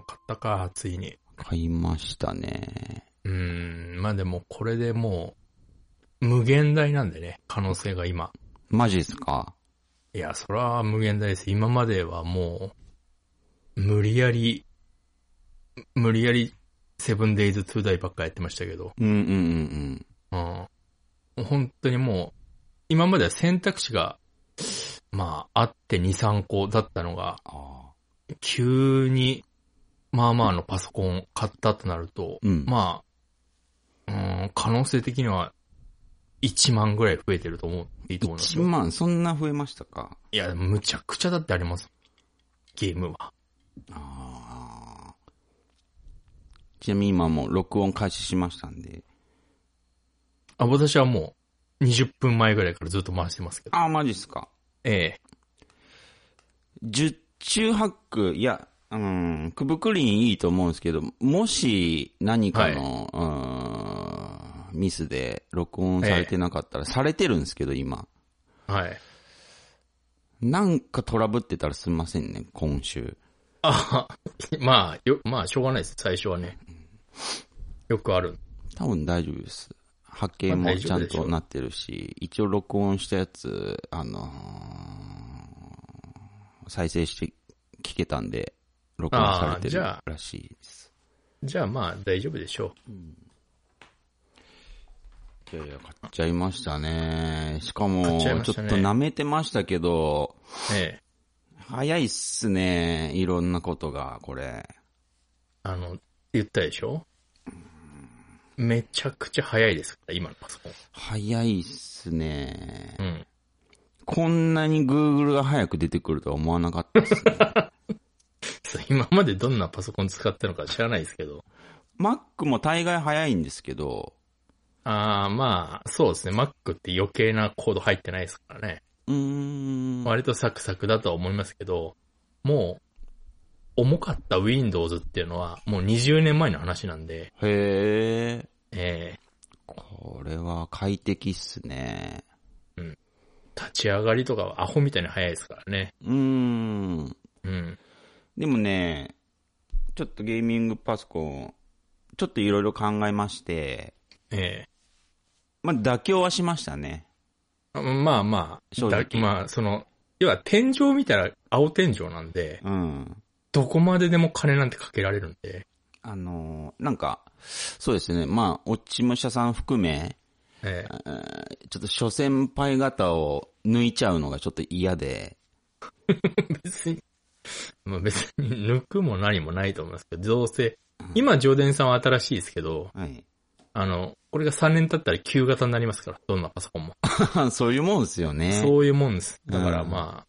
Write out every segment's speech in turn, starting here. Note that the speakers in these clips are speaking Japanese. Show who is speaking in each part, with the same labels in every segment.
Speaker 1: ったか、ついに。
Speaker 2: 買いましたね。
Speaker 1: うーん、まあでもこれでもう、無限大なんでね、可能性が今。
Speaker 2: マジですか
Speaker 1: いや、それは無限大です。今まではもう、無理やり、無理やり、セブンデイズ・トゥ・ダイばっかやってましたけど、
Speaker 2: うんうんうん
Speaker 1: うん。もう本当にもう、今までは選択肢が、まあ、あって2、3個だったのが、
Speaker 2: あ
Speaker 1: 急に、まあまあのパソコン買ったってなると、
Speaker 2: うん
Speaker 1: まあ、うん、可能性的には1万ぐらい増えてると思っていいと
Speaker 2: ー。
Speaker 1: 思います
Speaker 2: 1
Speaker 1: よ。
Speaker 2: 万、そんな増えましたか
Speaker 1: いや、むちゃくちゃだってあります。ゲームは。
Speaker 2: ああ。ちなみに今もう録音開始しましたんで。
Speaker 1: あ、私はもう20分前ぐらいからずっと回してますけど。
Speaker 2: ああ、マジっすか。
Speaker 1: ええ。
Speaker 2: 十中八九、いや、うん、くぶくりんいいと思うんですけど、もし何かの、うん、ミスで録音されてなかったら、されてるんですけど、今。
Speaker 1: はい。
Speaker 2: なんかトラブってたらすみませんね、今週。
Speaker 1: あ まあ、よ、まあ、しょうがないです。最初はね。よくある。
Speaker 2: 多分大丈夫です。波形
Speaker 1: まあ
Speaker 2: も
Speaker 1: 大
Speaker 2: ち
Speaker 1: 丈
Speaker 2: ゃ
Speaker 1: 夫
Speaker 2: ん
Speaker 1: でしょう
Speaker 2: となってるし、一応録音したやつ、あのー再生して聞けたんで、録音されて
Speaker 1: あーじ
Speaker 2: る
Speaker 1: ゃあ
Speaker 2: らしいです。
Speaker 1: じゃあまあ、大丈夫でしょ
Speaker 2: いやいや、買っちゃいましたね。しか
Speaker 1: 買
Speaker 2: も、
Speaker 1: っ
Speaker 2: ち
Speaker 1: ちゃい
Speaker 2: ょっ
Speaker 1: ま
Speaker 2: と
Speaker 1: したね
Speaker 2: 舐めてましたけど、
Speaker 1: う。ええ。
Speaker 2: 早いっすね。いろんなことが、これ。
Speaker 1: あの、言ったでしょめちゃくちゃ早いですから、今のパソコン。
Speaker 2: 早いっすね
Speaker 1: う。ん。
Speaker 2: こんなに Google が早く出てくるとは思わなかった っすね。
Speaker 1: そう 今までどんなパソコン使ったのか知らないですけど。
Speaker 2: Mac も大概早いんですけど、
Speaker 1: ああ、まあ、そうですね。Mac って余計なコード入ってないですからね。
Speaker 2: うーん。
Speaker 1: 割とサクサクだとは思いますけど、もう、重かった Windows っていうのは、もう20年前の話なんで、
Speaker 2: へえ。
Speaker 1: ええ
Speaker 2: これは快適っすね。
Speaker 1: 立ち上がりとかはアホみたいに早いですからね。
Speaker 2: うーん。
Speaker 1: うん。
Speaker 2: でもね、ちょっとゲーミングパソコン、ちょっといろいろ考えまして、
Speaker 1: ええ
Speaker 2: まあ、妥協はしましたね。
Speaker 1: あまあまあ、
Speaker 2: 正
Speaker 1: だ
Speaker 2: 直
Speaker 1: まあ、その、要は天井見たら青天井なんで、
Speaker 2: うん。
Speaker 1: どこまででも金なんてかけられるんで、
Speaker 2: あのーなんか、そうですね。まあ、落ち武者さん含め、
Speaker 1: ええ
Speaker 2: えーちょっと諸先輩方を抜いちゃうのがちょっと嫌で、
Speaker 1: 別に、まあ別に抜くも何もないと思いますけど、どうせ、今、上田さんは新しいですけど、
Speaker 2: はい。
Speaker 1: あの、これが3年経ったら旧型になりますから、どんなパソコンも。
Speaker 2: そういうもんですよね。
Speaker 1: そういうもんです。だから
Speaker 2: うん
Speaker 1: まあ、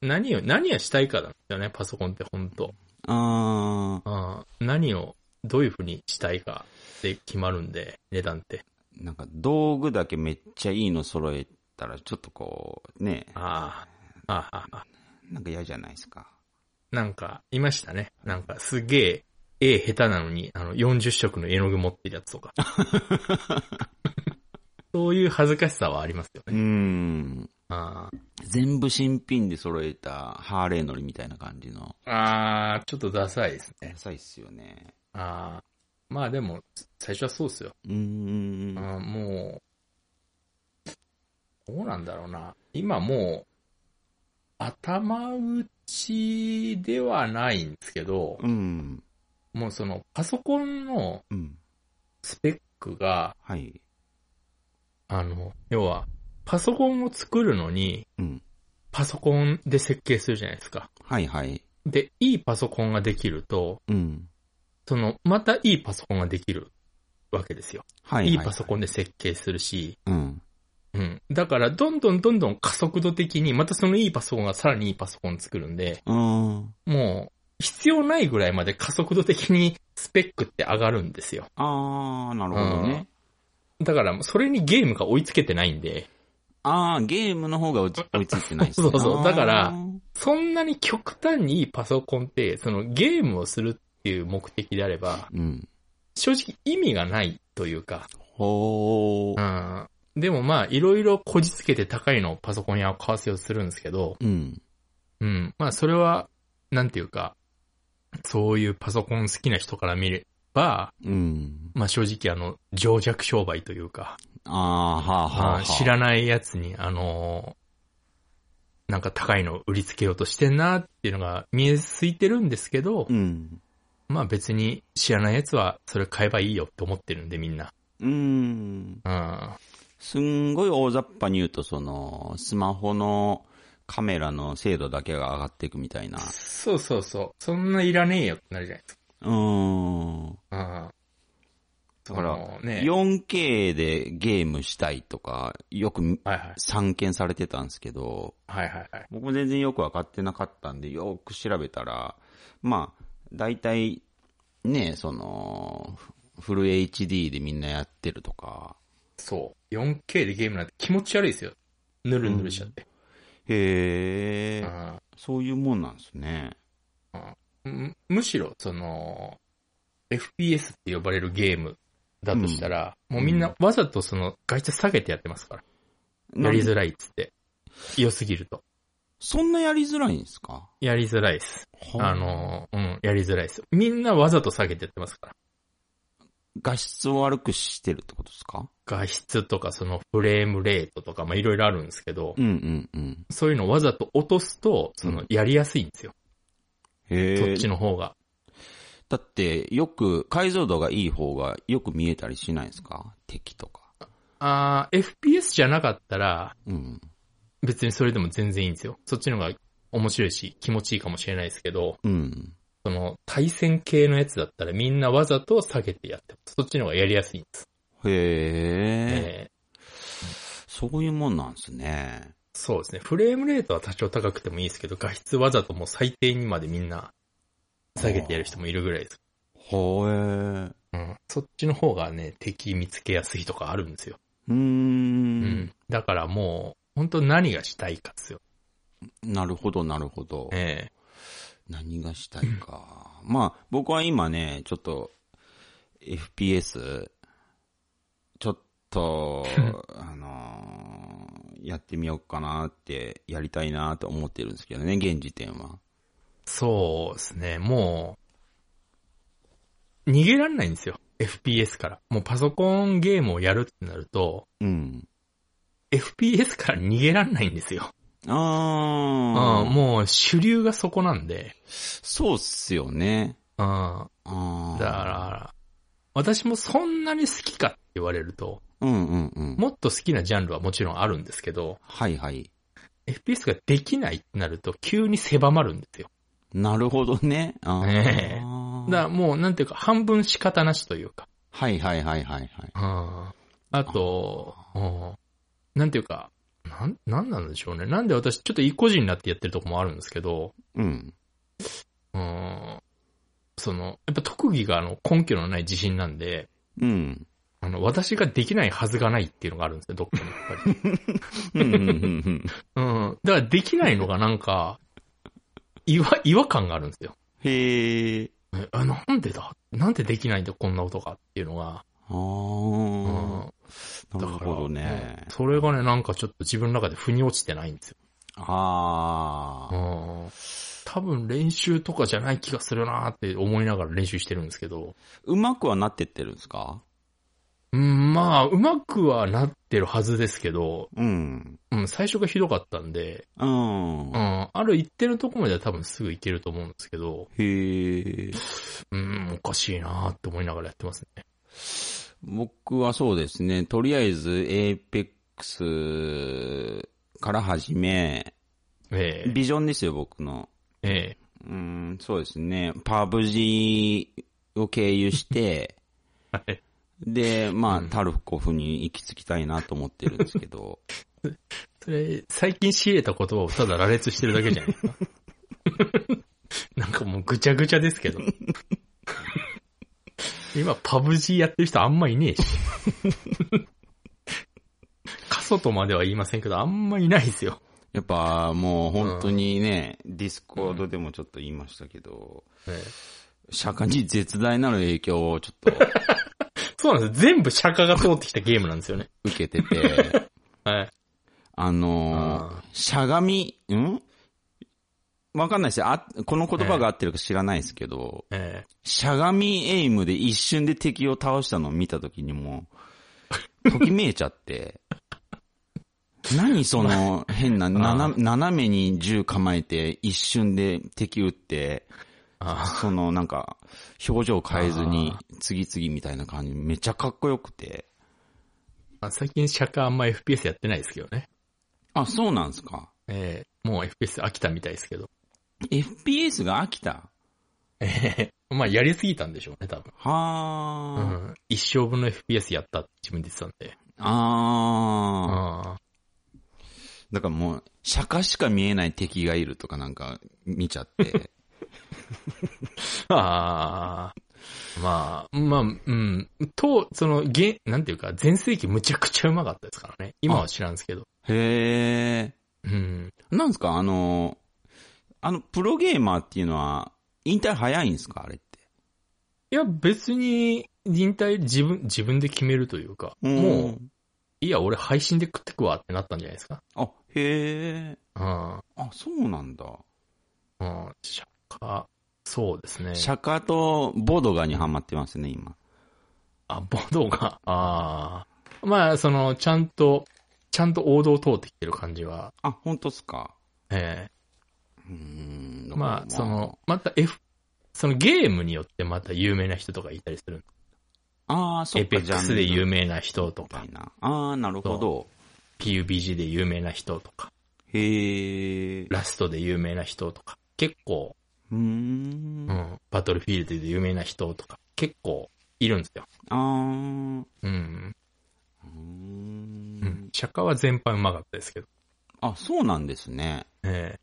Speaker 1: 何を、何をしたいかなんですよね、パソコンって本当
Speaker 2: あ
Speaker 1: あー何を、どういう風にしたいかで決まるんで、値段って。
Speaker 2: ーなんか道具だけめっちゃいいの揃えたら、ちょっとこう、ね、
Speaker 1: ああ、ああ、ああ
Speaker 2: なんか嫌じゃないですか。
Speaker 1: なんか、いましたね。なんか、すげえ、絵下手なのに、あの、40色の絵の具持ってるやつと か。そういう恥ずかしさはありますよ
Speaker 2: う
Speaker 1: ね。
Speaker 2: ーん。
Speaker 1: あー
Speaker 2: 全部新品で揃えたハーレー乗りみたいな感じの。
Speaker 1: あー、ちょっとダサいですね。
Speaker 2: ダサいっすよね。
Speaker 1: あーまあでも、最初はそうですよ。
Speaker 2: うーん。
Speaker 1: あーもう、どうなんだろうな。今もう、頭打ちではないんですけど、
Speaker 2: うん。
Speaker 1: もうその、パソコンの
Speaker 2: うん。
Speaker 1: スペックが、
Speaker 2: はい。
Speaker 1: あの、要は、パソコンを作るのに、
Speaker 2: うん。
Speaker 1: パソコンで設計するじゃないですか。
Speaker 2: はいはい。
Speaker 1: で、いいパソコンができると、
Speaker 2: うん。
Speaker 1: その、またいいパソコンができるわけですよ。
Speaker 2: はいはいい。
Speaker 1: いパソコンで設計するし、
Speaker 2: うん。
Speaker 1: うん。だから、どんどんどんどん加速度的に、またそのいいパソコンがさらにいいパソコン作るんで、
Speaker 2: うん。
Speaker 1: もう、必要ないぐらいまで加速度的にスペックって上がるんですよ。
Speaker 2: あー、なるほどね。
Speaker 1: だから、それにゲームが追いつけてないんで、
Speaker 2: あー、ゲームの方が追いつ追いついてないっすね
Speaker 1: そうそうだから
Speaker 2: あー
Speaker 1: そんなに極端にいいパソコンって、そのゲームをするっていう目的であれば、
Speaker 2: うん。
Speaker 1: 正直意味がないというか、
Speaker 2: ほ
Speaker 1: う
Speaker 2: ー。
Speaker 1: ん。でもまあ、いろいろこじつけて高いのをパソコンや買わせをするんですけど、
Speaker 2: うん。
Speaker 1: うん。まあ、それは、なんていうか、そういうパソコン好きな人から見れば、
Speaker 2: うん。
Speaker 1: まあ正直あの、情弱商売というか、
Speaker 2: ああー、はあ、はあ、
Speaker 1: ま
Speaker 2: は
Speaker 1: あ
Speaker 2: あ。
Speaker 1: 知らないやつに、あのーなんか高いのを売りつけようとしてんなっていうのが見えすいてるんですけど、
Speaker 2: うん。
Speaker 1: まあ別に知らないやつはそれ買えばいいよって思ってるんでみんな。
Speaker 2: うん。
Speaker 1: うん。
Speaker 2: すんごい大雑把に言うと、その、スマホのカメラの精度だけが上がっていくみたいな。
Speaker 1: そうそうそう。そんないらねえよってなるじゃないです
Speaker 2: うーん。
Speaker 1: か。うん。
Speaker 2: だから
Speaker 1: そのね、
Speaker 2: 4K でゲームしたいとか、よく
Speaker 1: はいはい。
Speaker 2: 散見されてたんですけど、
Speaker 1: はいはいはい。
Speaker 2: 僕も全然よく分かってなかったんで、よく調べたら、まあ、大体、ね、その、フフル HD でみんなやってるとか、
Speaker 1: そう。4K でゲームなんて気持ち悪いですよ。ぬるぬるしちゃって。
Speaker 2: へ
Speaker 1: う
Speaker 2: え、
Speaker 1: ん
Speaker 2: そういうもんなんですね。
Speaker 1: むむしろ、その、FPS って呼ばれるゲームだとしたら、もうみんなわざとその外注下げてやってますから。やり
Speaker 2: なん
Speaker 1: づらいっつって。良すぎると。
Speaker 2: そんなやりづらいんですか
Speaker 1: やりづらいです。
Speaker 2: は
Speaker 1: あの、うん、やりづらいです。みんなわざと下げてやってますから。
Speaker 2: 画質を悪くしてるってことですか
Speaker 1: 画質とかそのフレームレートとか、まあいろいろあるんですけど、
Speaker 2: うんうんうん。
Speaker 1: そういうのをわざと落とすと、そのやりやすいんですよ。
Speaker 2: へ
Speaker 1: そっ
Speaker 2: え。
Speaker 1: ちの方が。
Speaker 2: だって、よく、解像度がいい方がよく見えたりしないですか敵とか。
Speaker 1: あー FPS じゃなかったら、
Speaker 2: うん。
Speaker 1: 別にそれでも全然いいんですよ。そっちの方が面白いし、気持ちいいかもしれないですけど、
Speaker 2: うん。
Speaker 1: その、対戦系のやつだったらみんなわざと下げてやってます。そっちの方がやりやすいんです。
Speaker 2: へえ、
Speaker 1: えー
Speaker 2: そういうもんなんですね。
Speaker 1: そうですね。フレームレートは多少高くてもいいですけど、画質わざともう最低にまでみんな下げてやる人もいるぐらいです。
Speaker 2: ほえ。
Speaker 1: うん。そっちの方がね、敵見つけやすいとかあるんですよ。
Speaker 2: うー。。
Speaker 1: うんだからもう、本当何がしたいかですよ。
Speaker 2: なるほど、なるほど。
Speaker 1: ええ
Speaker 2: 何がしたい か。まあ、僕は今ね、ちょっと、FPS、ちょっ と、あのーやってみようかなって、やりたいなと思ってるんですけどね、現時点は。
Speaker 1: そうですね。もう、逃げられないんですよ。FPS から。もうパソコンゲームをやるってなると、
Speaker 2: うん。
Speaker 1: FPS から逃げられないんですよ。うん、
Speaker 2: ああ、う、
Speaker 1: もう主流がそこなんで、
Speaker 2: そうっすよね。
Speaker 1: うん、
Speaker 2: あ
Speaker 1: だ
Speaker 2: あ。
Speaker 1: から、私もそんなに好きかって言われると、
Speaker 2: うんうんうん。
Speaker 1: もっと好きなジャンルはもちろんあるんですけど、
Speaker 2: はいはい。
Speaker 1: FPS ができないってなると急に狭まるんですよ。
Speaker 2: なるほどね。あー
Speaker 1: ええだからもうなんていうか半分仕方なしというか、
Speaker 2: はいはいはいはいはい。
Speaker 1: あと、うんなんていうか、なん、なんなんでしょうね。なんで私、ちょっと一個人になってやってるとこもあるんですけど、
Speaker 2: うん。
Speaker 1: うん、その、やっぱ特技があの、根拠のない自信なんで、
Speaker 2: うん。
Speaker 1: あの、私ができないはずがないっていうのがあるんですよ、どっかにやっぱり。
Speaker 2: うんうん うん
Speaker 1: うん。だからできないのがなんか、違和、違和感があるんですよ。
Speaker 2: うんへえ。
Speaker 1: えあ、なんでだなんでできないんだ、こんなことがっていうのが、
Speaker 2: ああ、
Speaker 1: うん。
Speaker 2: なる
Speaker 1: だから
Speaker 2: ほどね
Speaker 1: うん。それがね、なんかちょっと自分の中で腑に落ちてないんですよ
Speaker 2: あ
Speaker 1: う
Speaker 2: あ、
Speaker 1: ん多分練習とかじゃない気がするなーって思いながら練習してるんですけど、
Speaker 2: うまくはなってってるんですか
Speaker 1: うん、まあ、うまくはなってるはずですけど、
Speaker 2: うん。
Speaker 1: うん、最初がひどかったんで、
Speaker 2: うん
Speaker 1: う。ん、ある一定のとこまでは多分すぐいけると思うんですけど、
Speaker 2: へえ。
Speaker 1: うん、おかしいなーって思いながらやってますね。
Speaker 2: 僕はそうですね。とりあえず、エーペックスから始め、
Speaker 1: え
Speaker 2: ビジョンですよ、僕の。
Speaker 1: え、え
Speaker 2: うーん、そうですね。パブ G を経由して、
Speaker 1: えはい。
Speaker 2: で、まあ、
Speaker 1: うん
Speaker 2: タルコフに行き着きたいなと思ってるんですけど、
Speaker 1: それ、最近仕入れた言葉をただ羅列してるだけじ ゃないですか。なんかもうぐちゃぐちゃですけど。今、パブ G やってる人あんまいねえし。過疎とまでは言いませんけど、あんまいないですよ。
Speaker 2: やっぱもう本当にね、ディスコードでもちょっと言いましたけど、
Speaker 1: ええ
Speaker 2: 社会に絶大なる影響をちょっと
Speaker 1: そうなんです。全部釈迦が通ってきたゲームなんですよね。
Speaker 2: 受けて て、
Speaker 1: はい。
Speaker 2: あのー
Speaker 1: あ
Speaker 2: しゃがみ、んわかんないですあ、この言葉が合ってるか知らないですけど、
Speaker 1: え
Speaker 2: しゃがみエイムで一瞬で敵を倒したのを見た時に もう、ときめいちゃって、何その変な、
Speaker 1: まあ
Speaker 2: なな斜めに銃構えて一瞬で敵撃って、
Speaker 1: あ
Speaker 2: そのなんか、表情変えずに
Speaker 1: あ
Speaker 2: 次々みたいな感じ、めっちゃかっこよくて。
Speaker 1: あ最近釈迦あんま FPS やってないですけどね。
Speaker 2: あ、そうなんですか。
Speaker 1: ええもう FPS 飽きたみたいです けど。
Speaker 2: FPS が飽きた。
Speaker 1: ええまあ、やりすぎたんでしょうね、多分。う
Speaker 2: はー。
Speaker 1: ん。一生分の FPS やったって自分で言ってたんで。
Speaker 2: あー。
Speaker 1: あ
Speaker 2: だからもう、釈迦しか見えない敵がいるとかなんか見ちゃって。
Speaker 1: あ。ああ。まあ、まあ、うん。と、その、げ、なんていうか、前世紀むちゃくちゃうまかったですからね。今は知らんですけど。
Speaker 2: へ
Speaker 1: うん。
Speaker 2: ー。なんですかあの、あの、プロゲーマーっていうのは、引退早いんですかあれって。
Speaker 1: いや、別に、引退自分、自分で決めるというか、もう、いや、俺配信で食ってくわってなったんじゃないですか。
Speaker 2: うん。あ、へ
Speaker 1: う
Speaker 2: ー。
Speaker 1: ん。
Speaker 2: あ、そうなんだ。
Speaker 1: うん。釈迦、そうですね。
Speaker 2: 釈迦とボドガにハマってますね、今。
Speaker 1: あ、ボドが、ああ。まあ、その、ちゃんと、ちゃんと王道を通ってきてる感じは、
Speaker 2: あ、本当っすか。
Speaker 1: え
Speaker 2: うーん
Speaker 1: えまあ、そ、の、また F、そのゲームによってまた有名な人とかいたりする。
Speaker 2: ああ、そ
Speaker 1: エ
Speaker 2: っ
Speaker 1: ペ
Speaker 2: か、
Speaker 1: ックスで有
Speaker 2: 名
Speaker 1: 名な人と
Speaker 2: みた
Speaker 1: か
Speaker 2: い、な。ああ、なるほど。
Speaker 1: PUBG で有名な人とか、
Speaker 2: へえ。
Speaker 1: ラストで有名な人とか、結構、
Speaker 2: うーん
Speaker 1: う。ん、バトルフィールドで有名な人とか、結構いるんですよ。
Speaker 2: あー
Speaker 1: うん。
Speaker 2: うー
Speaker 1: うんん。。釈迦は全般うまかったですけど。
Speaker 2: あ、そうなんですね。
Speaker 1: え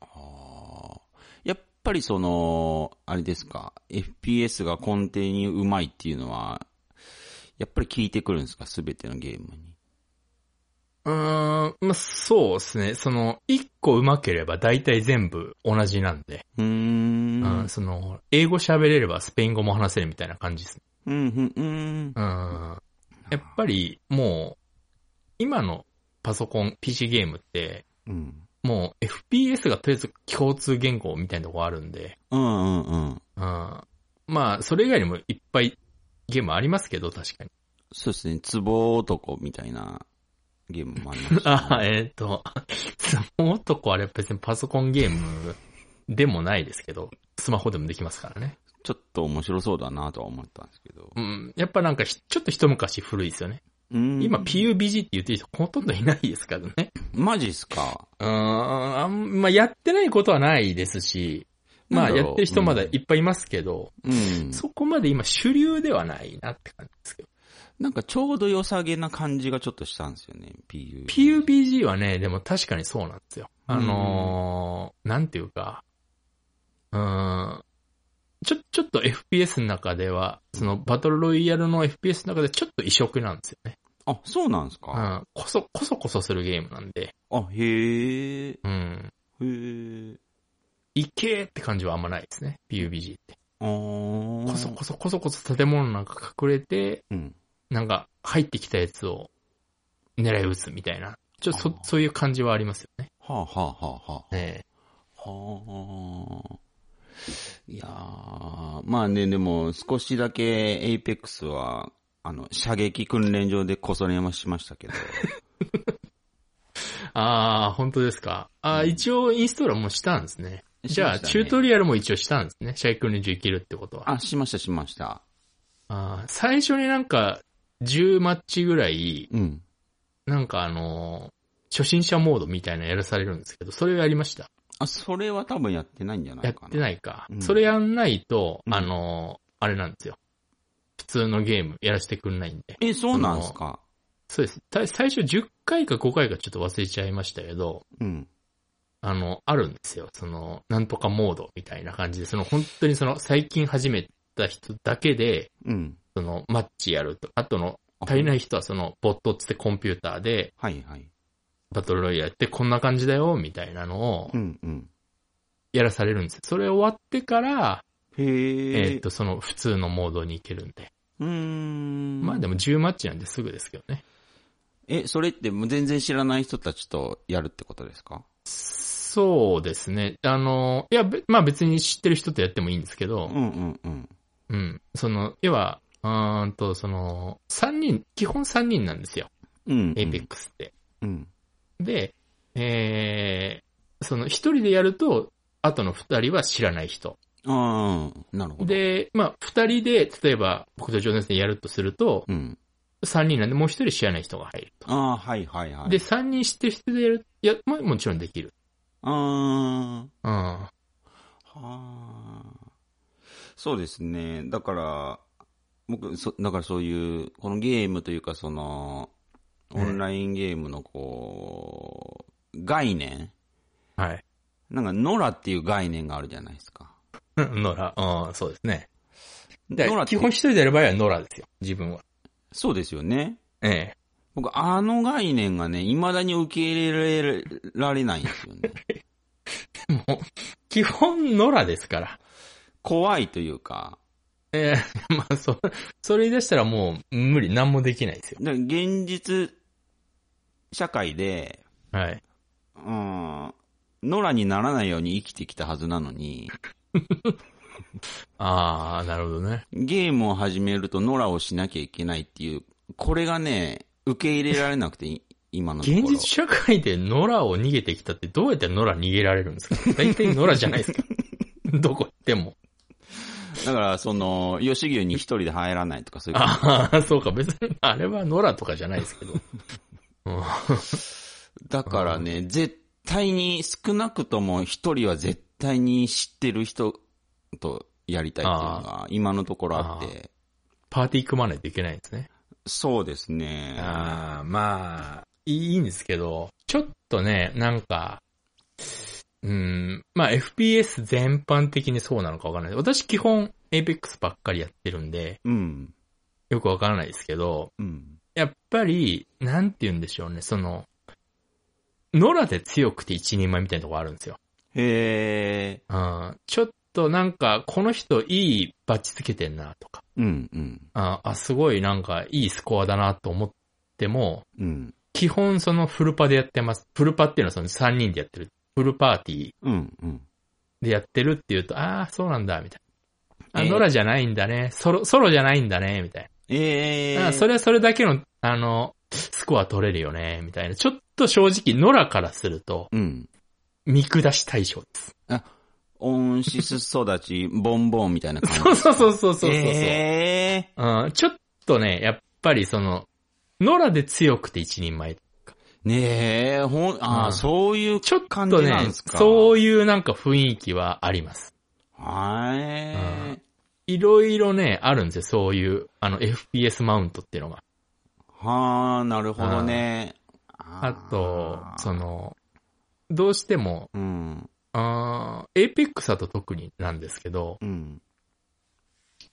Speaker 2: あーやっぱりその、あれですか、FPS が根底にうまいっていうのは、やっぱり効いてくるんですか、すべてのゲームに。
Speaker 1: えうーん、まあ、そうですね。その、一個うまければ大体全部同じなんで。
Speaker 2: うーん。
Speaker 1: うん、その、英語喋れればスペイン語も話せるみたいな感じですね。
Speaker 2: うん、うん、うん。
Speaker 1: うん。やっぱり、もう、今のパソコン、PC ゲームって、
Speaker 2: うん。
Speaker 1: もう FPS がとりあえず共通言語みたいなとこあるんで、
Speaker 2: うん、うん、う
Speaker 1: う
Speaker 2: ん。
Speaker 1: ん。まあ、それ以外にもいっぱいゲームありますけど、確かに。。
Speaker 2: そうですね、ツボ男みたいなゲームもあります、ね
Speaker 1: あ、 えっ、ー、 と、スマ男あれ別にパソコンゲームでもないですけど、スマホでもできますからね。
Speaker 2: ちょっと面白そうだなとは思ったんですけど。
Speaker 1: うん。やっぱなんかひちょっと一昔古いですよね。今
Speaker 2: 今
Speaker 1: PUBG って言ってる人ほとんどいないですからね。
Speaker 2: マジっすか
Speaker 1: うーん、あんまあ、やってないことはないですし、まあ
Speaker 2: なんだ
Speaker 1: や
Speaker 2: ろう
Speaker 1: ってる人まだいっぱいいますけど、
Speaker 2: うん。
Speaker 1: そこまで今主流ではないなって感じですけど。
Speaker 2: なんかちょうど良さげな感じがちょっとしたんですよね、PU。
Speaker 1: PUBG はね、でも確かにそうなんですよ。あのー、なんていうか、うーん、ちょ、ちょっと FPS の中では、そのバトルロイヤルの FPS の中でちょっと異色なんですよね。
Speaker 2: あ、そうなんです
Speaker 1: う
Speaker 2: か、
Speaker 1: ん、こそ、こそこそするゲームなんで、
Speaker 2: あ、へえ、
Speaker 1: うん、
Speaker 2: へえ。
Speaker 1: いけーって感じはあんまないですね、PUBG って。
Speaker 2: あー
Speaker 1: こそこそこそこそ建物の中隠れて、
Speaker 2: うん。
Speaker 1: なんか入ってきたやつを狙い撃つみたいな。ちょっと
Speaker 2: あ
Speaker 1: そ
Speaker 2: ー、
Speaker 1: そういう感じはありますよね。
Speaker 2: はあ、はあはあはあ、
Speaker 1: え
Speaker 2: はあ。いやー、まあね、でも少しだけ APEX は、あの、射撃訓練場でこそれもしましたけど。
Speaker 1: えあー、本当ですか。あー
Speaker 2: うん
Speaker 1: 一応インストールはもうしたんですね。 じゃあ、
Speaker 2: しました
Speaker 1: チ
Speaker 2: ね
Speaker 1: ュートリアルも一応したんですね。シャイクル20いけるってことは。
Speaker 2: あ、しましたしました。
Speaker 1: あー最初になんか、10マッチぐらい、
Speaker 2: うん。
Speaker 1: なんかあのー初心者モードみたいなのやらされるんですけど、それをやりました。
Speaker 2: あ、それは多分やってないんじゃな
Speaker 1: やっ
Speaker 2: いかな。
Speaker 1: てないか。
Speaker 2: うん
Speaker 1: それやんないと、
Speaker 2: うん
Speaker 1: あのー、あれなんですよ。普通のゲームやらせてくんないんで。
Speaker 2: え、そうなんですか
Speaker 1: そうです。た最初10回か5回かちょっと忘れちゃいましたけど、
Speaker 2: うん。
Speaker 1: あの、あるんですよ。その、なんとかモードみたいな感じで、その本当にその最近始めた人だけで、
Speaker 2: うん。
Speaker 1: そのマッチやると。あとの、
Speaker 2: あ
Speaker 1: 足りない人はそのボットっつってコンピューターで
Speaker 2: はいはい。
Speaker 1: バトルロイヤルやってこんな感じだよ、みたいなのを
Speaker 2: うんうん。
Speaker 1: やらされるんですよ。それ終わってから、
Speaker 2: へえ。
Speaker 1: えーっと、その普通のモードに行けるんで。
Speaker 2: うーん。
Speaker 1: まあでも10マッチなんですぐですけどね。
Speaker 2: え、それってもう全然知らない人たちとやるってことですか
Speaker 1: そうですね。あの、いや、べまあ別に知ってる人とやってもいいんですけど、
Speaker 2: うんうんうん。
Speaker 1: うん。その、要は、うーんと、その、三人、基本三人なんですよ。
Speaker 2: うん。
Speaker 1: エイペックスって。
Speaker 2: うん。
Speaker 1: で、えー、その、一人でやると、後の二人は知らない人。
Speaker 2: ああ、なるほど。、
Speaker 1: で、まあ、二人で、例えば、僕とジョー先生やるとすると、
Speaker 2: うん。
Speaker 1: 三人なんで、もう一人知らない人が入ると。
Speaker 2: ああ、はいはいはい。
Speaker 1: で、三人知ってる人でやる、いや、まあ、もちろんできる。
Speaker 2: ああ、は
Speaker 1: うん。
Speaker 2: あ。そうですね。だから、僕、そ、だからそういう、このゲームというか、その、オンラインゲームのこう、概念
Speaker 1: はい。
Speaker 2: なんか、ノラっていう概念があるじゃないですか。
Speaker 1: ノラ、うん、そうですね。
Speaker 2: ノラって
Speaker 1: 基本一人でやる場合はノラですよ、自分は。
Speaker 2: そうですよね。
Speaker 1: ええ。
Speaker 2: 僕、あの概念がね、未だに受け入れられないんです よね。
Speaker 1: もう、基本ノラですから。
Speaker 2: 怖いというか、
Speaker 1: ええ まあ、そ、それ言い出したらもう無理、何もできないですよ。
Speaker 2: だから現実社会で、
Speaker 1: はい。
Speaker 2: うん、ノラにならないように生きてきたはずなのに、
Speaker 1: ああ、なるほどね。
Speaker 2: ゲームを始めるとノラをしなきゃいけないっていう、これがね、受け入れられなくて、い今のところ。
Speaker 1: 現実社会でノラを逃げてきたってどうやってノラ逃げられるんです か大体ノラじゃないですか。 どこ行っても。
Speaker 2: だから、その、吉牛に一人で入らないとかそういうこと
Speaker 1: ああ、そうか、別に、あれはノラとかじゃないですけ ど。うん
Speaker 2: だからね、絶対に少なくとも一人は絶対に知ってる人とやりたいっていうのが今のところあって、
Speaker 1: パーティー組まないといけないんですね。
Speaker 2: そうですね。
Speaker 1: ああ、まあ、いいいいんですけど、ちょっとね、なんか、うん、まあ FPS 全般的にそうなのかわからない。私基本 Apex ばっかりやってるんで、
Speaker 2: うん。
Speaker 1: よくわからないですけど、
Speaker 2: うん。
Speaker 1: やっぱり、なんて言うんでしょうね、その、野良で強くて一人前みたいなとこあるんですよ。
Speaker 2: へえ。
Speaker 1: うん、ちょっとなんか、この人いいバッチつけてんなとか、
Speaker 2: うん、うん、
Speaker 1: ああ、すごいなんかいいスコアだなと思っても、
Speaker 2: うん、
Speaker 1: 基本そのフルパでやってます。フルパっていうのはその3人でやってる。フルパーティー
Speaker 2: うん、うん。
Speaker 1: でやってるっていうと、ああ、そうなんだ、みたいな。あ、
Speaker 2: えー
Speaker 1: ノラじゃないんだね。ソロ、ソロじゃないんだね、みたい
Speaker 2: ええ。
Speaker 1: な。あーそれはそれだけの、あの、スコア取れるよね、みたいな。ちょっと正直、ノラからすると、
Speaker 2: うん。
Speaker 1: 見下し対象です。
Speaker 2: オンシス 育ち、ボンボンみたいな感じ。
Speaker 1: そうそうそうそうそうそう。
Speaker 2: え
Speaker 1: うん、ちょっとね、やっぱりその、ノラで強くて一人前。
Speaker 2: え。ねえ、ほん、あ
Speaker 1: う
Speaker 2: あ、
Speaker 1: ん
Speaker 2: そういう
Speaker 1: ちょっ
Speaker 2: 感
Speaker 1: と
Speaker 2: じなん
Speaker 1: ね、
Speaker 2: ですか。
Speaker 1: そう
Speaker 2: う。
Speaker 1: いうなんか雰囲気はあります。
Speaker 2: は
Speaker 1: うん
Speaker 2: い。
Speaker 1: いろいろね、あるんですよ、そういう、あの、FPS マウントっていうのが。
Speaker 2: はあ、なるほどね。
Speaker 1: あと、そ
Speaker 2: の、
Speaker 1: の、どうしても、
Speaker 2: うん、
Speaker 1: あー APEX だと特になんですけど、
Speaker 2: うん。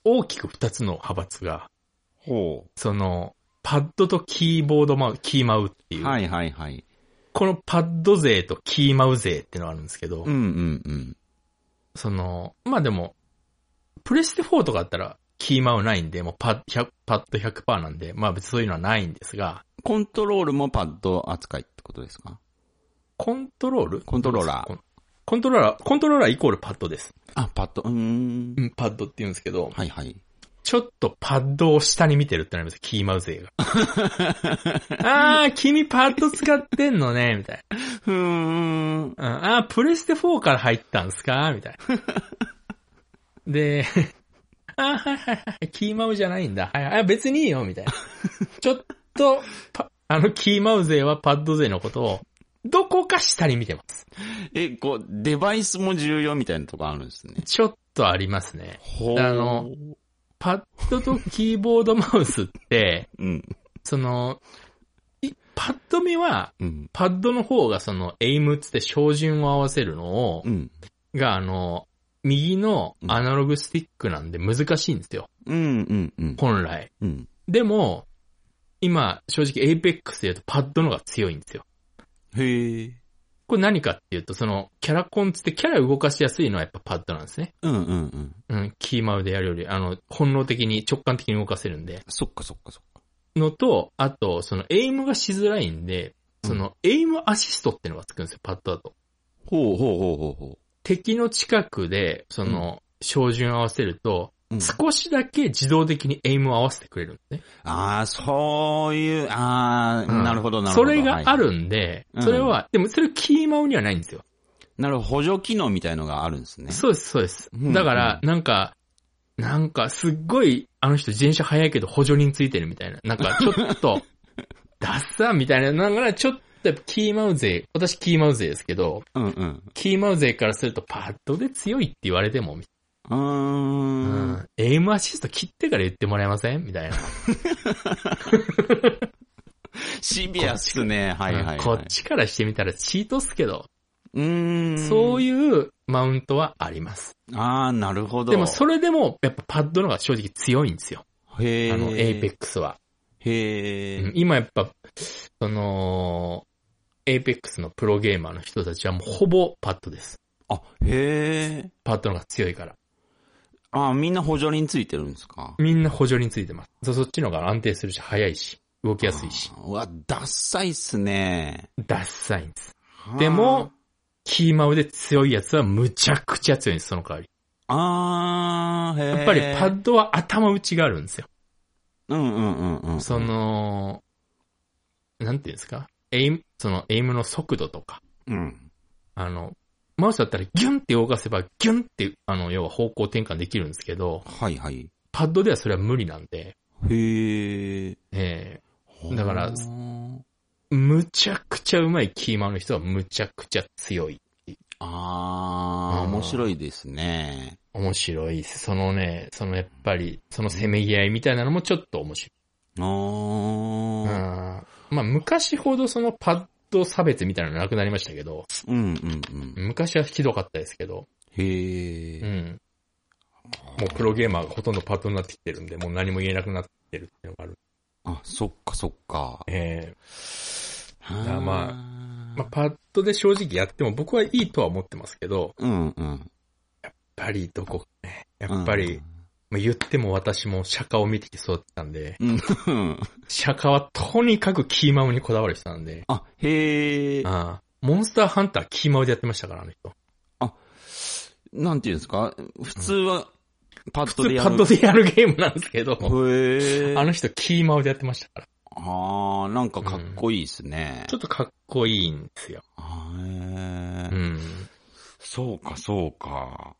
Speaker 1: 大きく二つの派閥が、
Speaker 2: ほ。
Speaker 1: その、パッドとキーボードマウ、キーマウっていうう、
Speaker 2: はいはいはい。
Speaker 1: このパッド勢とキーマウ勢っていうのがあるんですけど、
Speaker 2: うんうんうん。
Speaker 1: その、まあでも、プレステ4とかだったら、キーマウないんで、もうパッ100パッド100%なんで、まあ別にそういうのはないんですが、
Speaker 2: コントロールもパッド扱いってことですか
Speaker 1: コントロール
Speaker 2: コントローラー
Speaker 1: コンコントローラー、コントローラーイコールパッドです。
Speaker 2: あ、パッド、うーん。
Speaker 1: うん、パッドって言うんですけど、
Speaker 2: はいはい。
Speaker 1: ちょっとパッドを下に見てるってなります、キーマウ勢が。 あー、君パッド使ってんのね、みたい
Speaker 2: ふー
Speaker 1: な。
Speaker 2: ん。
Speaker 1: うん、あー、プレステ4から入ったんすかみたい な。で、あー、はいはいはい、キーマウじゃないんだ。はいはい、あ別にいいよ、みたいな。ちょっと、パあの、キーマウ勢はパッド勢のことを、どこか下に見てます。
Speaker 2: え、こう、デバイスも重要みたいなとこあるんですね。
Speaker 1: ちょっとありますね。
Speaker 2: ほ
Speaker 1: あの、パッドとキーボードマウスって、
Speaker 2: うん。
Speaker 1: その、いパッと見は、
Speaker 2: うん。
Speaker 1: パッドの方がその、エイムっつって照準を合わせるのを
Speaker 2: う、ん。
Speaker 1: が、あの、右のアナログスティックなんで難しいんですよ、
Speaker 2: うん、うん、うん。
Speaker 1: 本来。
Speaker 2: うん。
Speaker 1: でも、今、正直エイペックスで言うとパッドの方が強いんですよ。
Speaker 2: へえ。
Speaker 1: これ何かっていうと、その、キャラコンつってキャラ動かしやすいのはやっぱパッドなんですね。
Speaker 2: うん、うん、う
Speaker 1: う
Speaker 2: ん。
Speaker 1: ん、キーマウでやるより、あの、本能的に直感的に動かせるんで。
Speaker 2: そっかそっかそっか。
Speaker 1: のと、あと、その、エイムがしづらいんで、その、エイムアシストってのがつくんですよ、パッドだと。
Speaker 2: ほうほうほうほうほ
Speaker 1: 敵の近くで、その、照準合わせると、
Speaker 2: う。うん、
Speaker 1: 少しだけ自動的にエイムを合わせてくれるんですね。
Speaker 2: ああ、そういう、ああ、
Speaker 1: うん
Speaker 2: なるほど、なるほ
Speaker 1: そ
Speaker 2: ど。
Speaker 1: れがあ
Speaker 2: はい
Speaker 1: るんで、
Speaker 2: うん
Speaker 1: それは、でもそれキーマウにはないんですよ。
Speaker 2: なるほど、補助機能みたいのがあるんですね。
Speaker 1: そうです、そうです。
Speaker 2: うん
Speaker 1: だから、なんか、なんか、すっごい、あの人自転車速いけど補助輪ついてるみたいな。なんか、ちょっ と、ダッサーみたいな。なんか、ちょっと、キーマウ勢、私キーマウ勢ですけど、
Speaker 2: うんうん。
Speaker 1: キーマウ勢からするとパッドで強いって言われても、み
Speaker 2: うー。
Speaker 1: たいなんエイムアシスト切ってから言ってもらえませんみたいな。
Speaker 2: シビアっすね。はいはい、はい。
Speaker 1: こっ。ちからしてみたらチートっすけど、
Speaker 2: うーん。
Speaker 1: そう
Speaker 2: い
Speaker 1: いうマウントはあります。
Speaker 2: う。ああ、なるほど。
Speaker 1: でも、それでも、やっぱパッドの方が正直強いんですよ。
Speaker 2: へえ。
Speaker 1: あの、エイペックスは。
Speaker 2: へ
Speaker 1: うん
Speaker 2: え。
Speaker 1: 今やっぱ、その、エイペックスのプロゲーマーの人たちはもうほぼパッドです。
Speaker 2: あ、へえ。
Speaker 1: パッドの方が強いから。
Speaker 2: ああ、みんな補助輪ついてるんですか
Speaker 1: みんな補助についてます。そそっちの方が安定するし、速いし、動きやすいし、
Speaker 2: あーうわ、ダッサいっすね。
Speaker 1: ダッサいんです。でも、キーマウで強いやつはむちゃくちゃ強いんです、その代わり。
Speaker 2: あー、あーへえ。
Speaker 1: やっぱりパッドは頭打ちがあるんですよ。
Speaker 2: うんうんうんうん。
Speaker 1: そ、の、なんていうんですかエイム、そのエイムの速度とか、
Speaker 2: うん。
Speaker 1: あの、マウスだったらギュンって動かせばギュンって、あの、要は方向転換できるんですけど、
Speaker 2: はいはい。
Speaker 1: パッドではそれは無理なんで、
Speaker 2: へえ。
Speaker 1: えだから
Speaker 2: ほー
Speaker 1: ーむちゃくちゃうまいキーマンの人はむちゃくちゃ強い。
Speaker 2: あー、
Speaker 1: うん
Speaker 2: 面白いですね。
Speaker 1: 面白いです。そのね、そのやっぱり、そのせめぎ合いみたいなのもちょっと面白い。
Speaker 2: あー。
Speaker 1: うん、まあ昔ほどそのパッド差別みたいなのなくなりましたけど、
Speaker 2: うんうんうん。
Speaker 1: 昔はひどかったですけど、
Speaker 2: へ
Speaker 1: う
Speaker 2: え。
Speaker 1: ん。もうプロゲーマーがほとんどパッドになってきてるんで、もう何も言えなくなってるっていうのがある。
Speaker 2: あ、そっかそっか。
Speaker 1: ええ
Speaker 2: あ
Speaker 1: ま
Speaker 2: あ
Speaker 1: まあパッドで正直やっても僕はいいとは思ってますけど、
Speaker 2: うんうん。
Speaker 1: やっぱりどこかね、やっぱり、まあ、言っても私も釈迦を見てきそうだったんで、
Speaker 2: うん。うん。
Speaker 1: 釈迦はとにかくキーマウにこだわる人なんで、
Speaker 2: あ、へえ。
Speaker 1: ああモンスターハンターキーマウでやってましたから、あの人。
Speaker 2: なんていうんですか普通は、パッ
Speaker 1: 普
Speaker 2: ドで
Speaker 1: 通
Speaker 2: や
Speaker 1: パ
Speaker 2: る。
Speaker 1: ッドでやるゲームなんですけど、
Speaker 2: へえ。
Speaker 1: あの人キーマウでやってましたから。
Speaker 2: あー、なんかかっこいいですね。
Speaker 1: ちょっとかっこいいんですよ。
Speaker 2: は
Speaker 1: う
Speaker 2: い
Speaker 1: ん。
Speaker 2: そうか、そうか。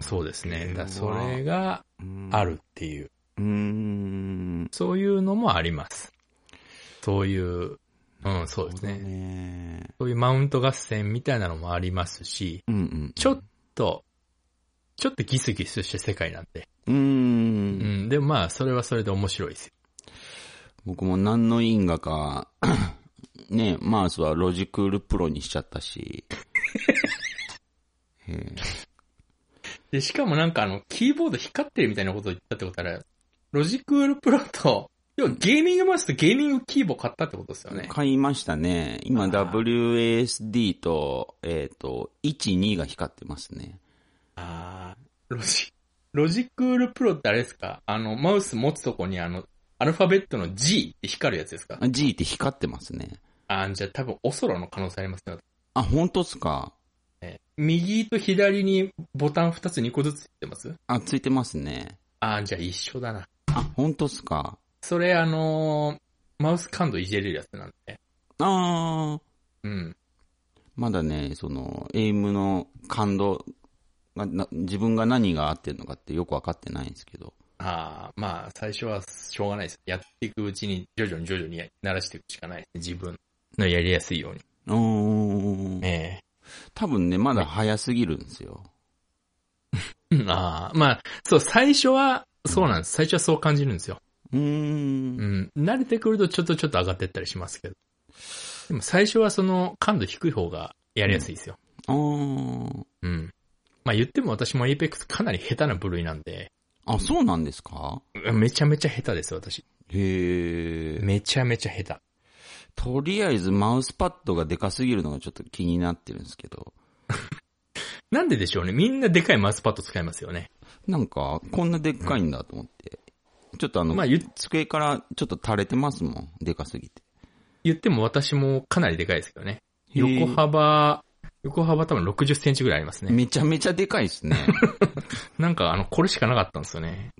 Speaker 1: そうですね。だから
Speaker 2: う
Speaker 1: そ
Speaker 2: わ
Speaker 1: れが
Speaker 2: うん
Speaker 1: あ。るっていう、
Speaker 2: うーん。
Speaker 1: そういうのもあります。そういう、うん、そうです
Speaker 2: そう
Speaker 1: ね。
Speaker 2: だね。
Speaker 1: そういうマウント合戦みたいなのもありますし、
Speaker 2: うんうん。
Speaker 1: ちょっと、ちょっとギスギスした世界なんで。
Speaker 2: うー。
Speaker 1: うんん、でもまあ、それはそれで面白いですよ。
Speaker 2: 僕も何の因果か、 ね、マウスはロジクールプロにしちゃったし。 へえ
Speaker 1: で、しかもなんかあの、キーボード光ってるみたいなことを言ったってことは、ロジクールプロと、要はゲーミングマウスとゲーミングキーボード買ったってことですよね。
Speaker 2: 買いましたね。今
Speaker 1: あー
Speaker 2: WASD と、えっ、と、1、2が光ってますね。
Speaker 1: ああ、ロジ、ロジクールプロってあれですかあの、マウス持つとこにあの、アルファベットの G って光るやつですか
Speaker 2: あ G って光ってますね。
Speaker 1: あーじゃあ多分オソロの可能性ありますね。
Speaker 2: あ、本当っすか
Speaker 1: え右と左にボタン2つ2個ずつついてます
Speaker 2: あ、ついてますね。
Speaker 1: あーじゃあ一緒だな。
Speaker 2: あ、本当っすか
Speaker 1: それあのーマウス感度いじれるやつなんで。
Speaker 2: あー。
Speaker 1: うん。
Speaker 2: まだね、その、エイムの感動がな、自分が何が合ってるのかってよくわかってないんですけど。
Speaker 1: ああ、まあ、最初はしょうがないです。やっていくうちに、徐々に徐々に慣らしていくしかないですね。自分のやりやすいように。
Speaker 2: うーん。
Speaker 1: え
Speaker 2: 多分ね、まだ早すぎるんですよ。
Speaker 1: えああ、まあ、そう、最初は、そうなんです。最初はそう感じるんですよ。
Speaker 2: うー。
Speaker 1: うんん。慣れてくるとちょっとちょっと上がってったりしますけど。でも最初はその感度低い方がやりやすいですよ。
Speaker 2: あー。
Speaker 1: うん。まあ言っても私も Apex かなり下手な部類なんで、
Speaker 2: あ、そうなんですか
Speaker 1: めちゃめちゃ下手です、私。
Speaker 2: へえ。
Speaker 1: めちゃめちゃ下手。
Speaker 2: とりあえずマウスパッドがでかすぎるのがちょっと気になってるんですけど。
Speaker 1: なんででしょうね。みんなでかいマウスパッド使いますよね。
Speaker 2: なんか、こんなでっかいんだと思って。ちょっとあの、
Speaker 1: まあ言っ
Speaker 2: 机からちょっと垂れてますもん。でかすぎて。
Speaker 1: 言っても私もかなりでかいですけどね。
Speaker 2: へー
Speaker 1: 横幅、横幅多分60センチぐらいありますね。
Speaker 2: めちゃめちゃでかいです ね。
Speaker 1: なんかあの、これしかなかったんですよね。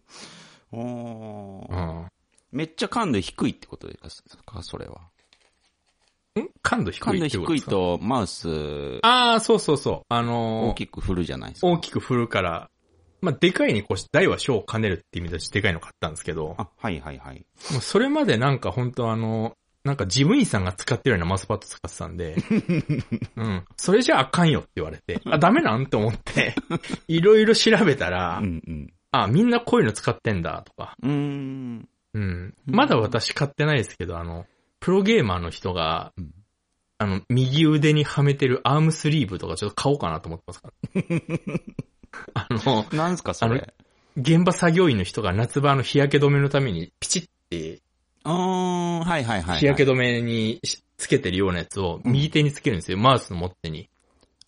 Speaker 2: お
Speaker 1: う
Speaker 2: ー
Speaker 1: ん。
Speaker 2: めっちゃ感度低いってことですか、それは。
Speaker 1: ん感度低
Speaker 2: 感
Speaker 1: い
Speaker 2: 度
Speaker 1: ってこと
Speaker 2: 低
Speaker 1: で
Speaker 2: い
Speaker 1: すか。
Speaker 2: とマウス
Speaker 1: ああ、そうそうそう。あのー
Speaker 2: 大きく振るじゃないですか。
Speaker 1: 大きく振るから、まあ、でかいに越して、大は小を兼ねるって意味だし、でかいの買ったんですけど、
Speaker 2: あ、はいはいはい。
Speaker 1: もうそれまでなんか本当あの、なんか事務員さんが使ってるようなマウスパッド使ってたん で、うん。それじゃあかんよって言われて、あ、ダメなんと思 って、いろいろ調べたら
Speaker 2: う、んうん。
Speaker 1: あ、みんなこういうの使ってんだとか、
Speaker 2: うーん。
Speaker 1: うん。まだ私買ってないですけど、あの、プロゲーマーの人が
Speaker 2: うん、
Speaker 1: あの、右腕にはめてるアームスリーブとかちょっと買おうかなと思ってます から。あの、
Speaker 2: なんすか、それ。
Speaker 1: 現場作業員の人が夏場の日焼け止めのためにピチって
Speaker 2: うーん、はいはいはいはい。
Speaker 1: 日焼け止めにしつけてるようなやつを右手につけるんですよ、マウスの持ってに。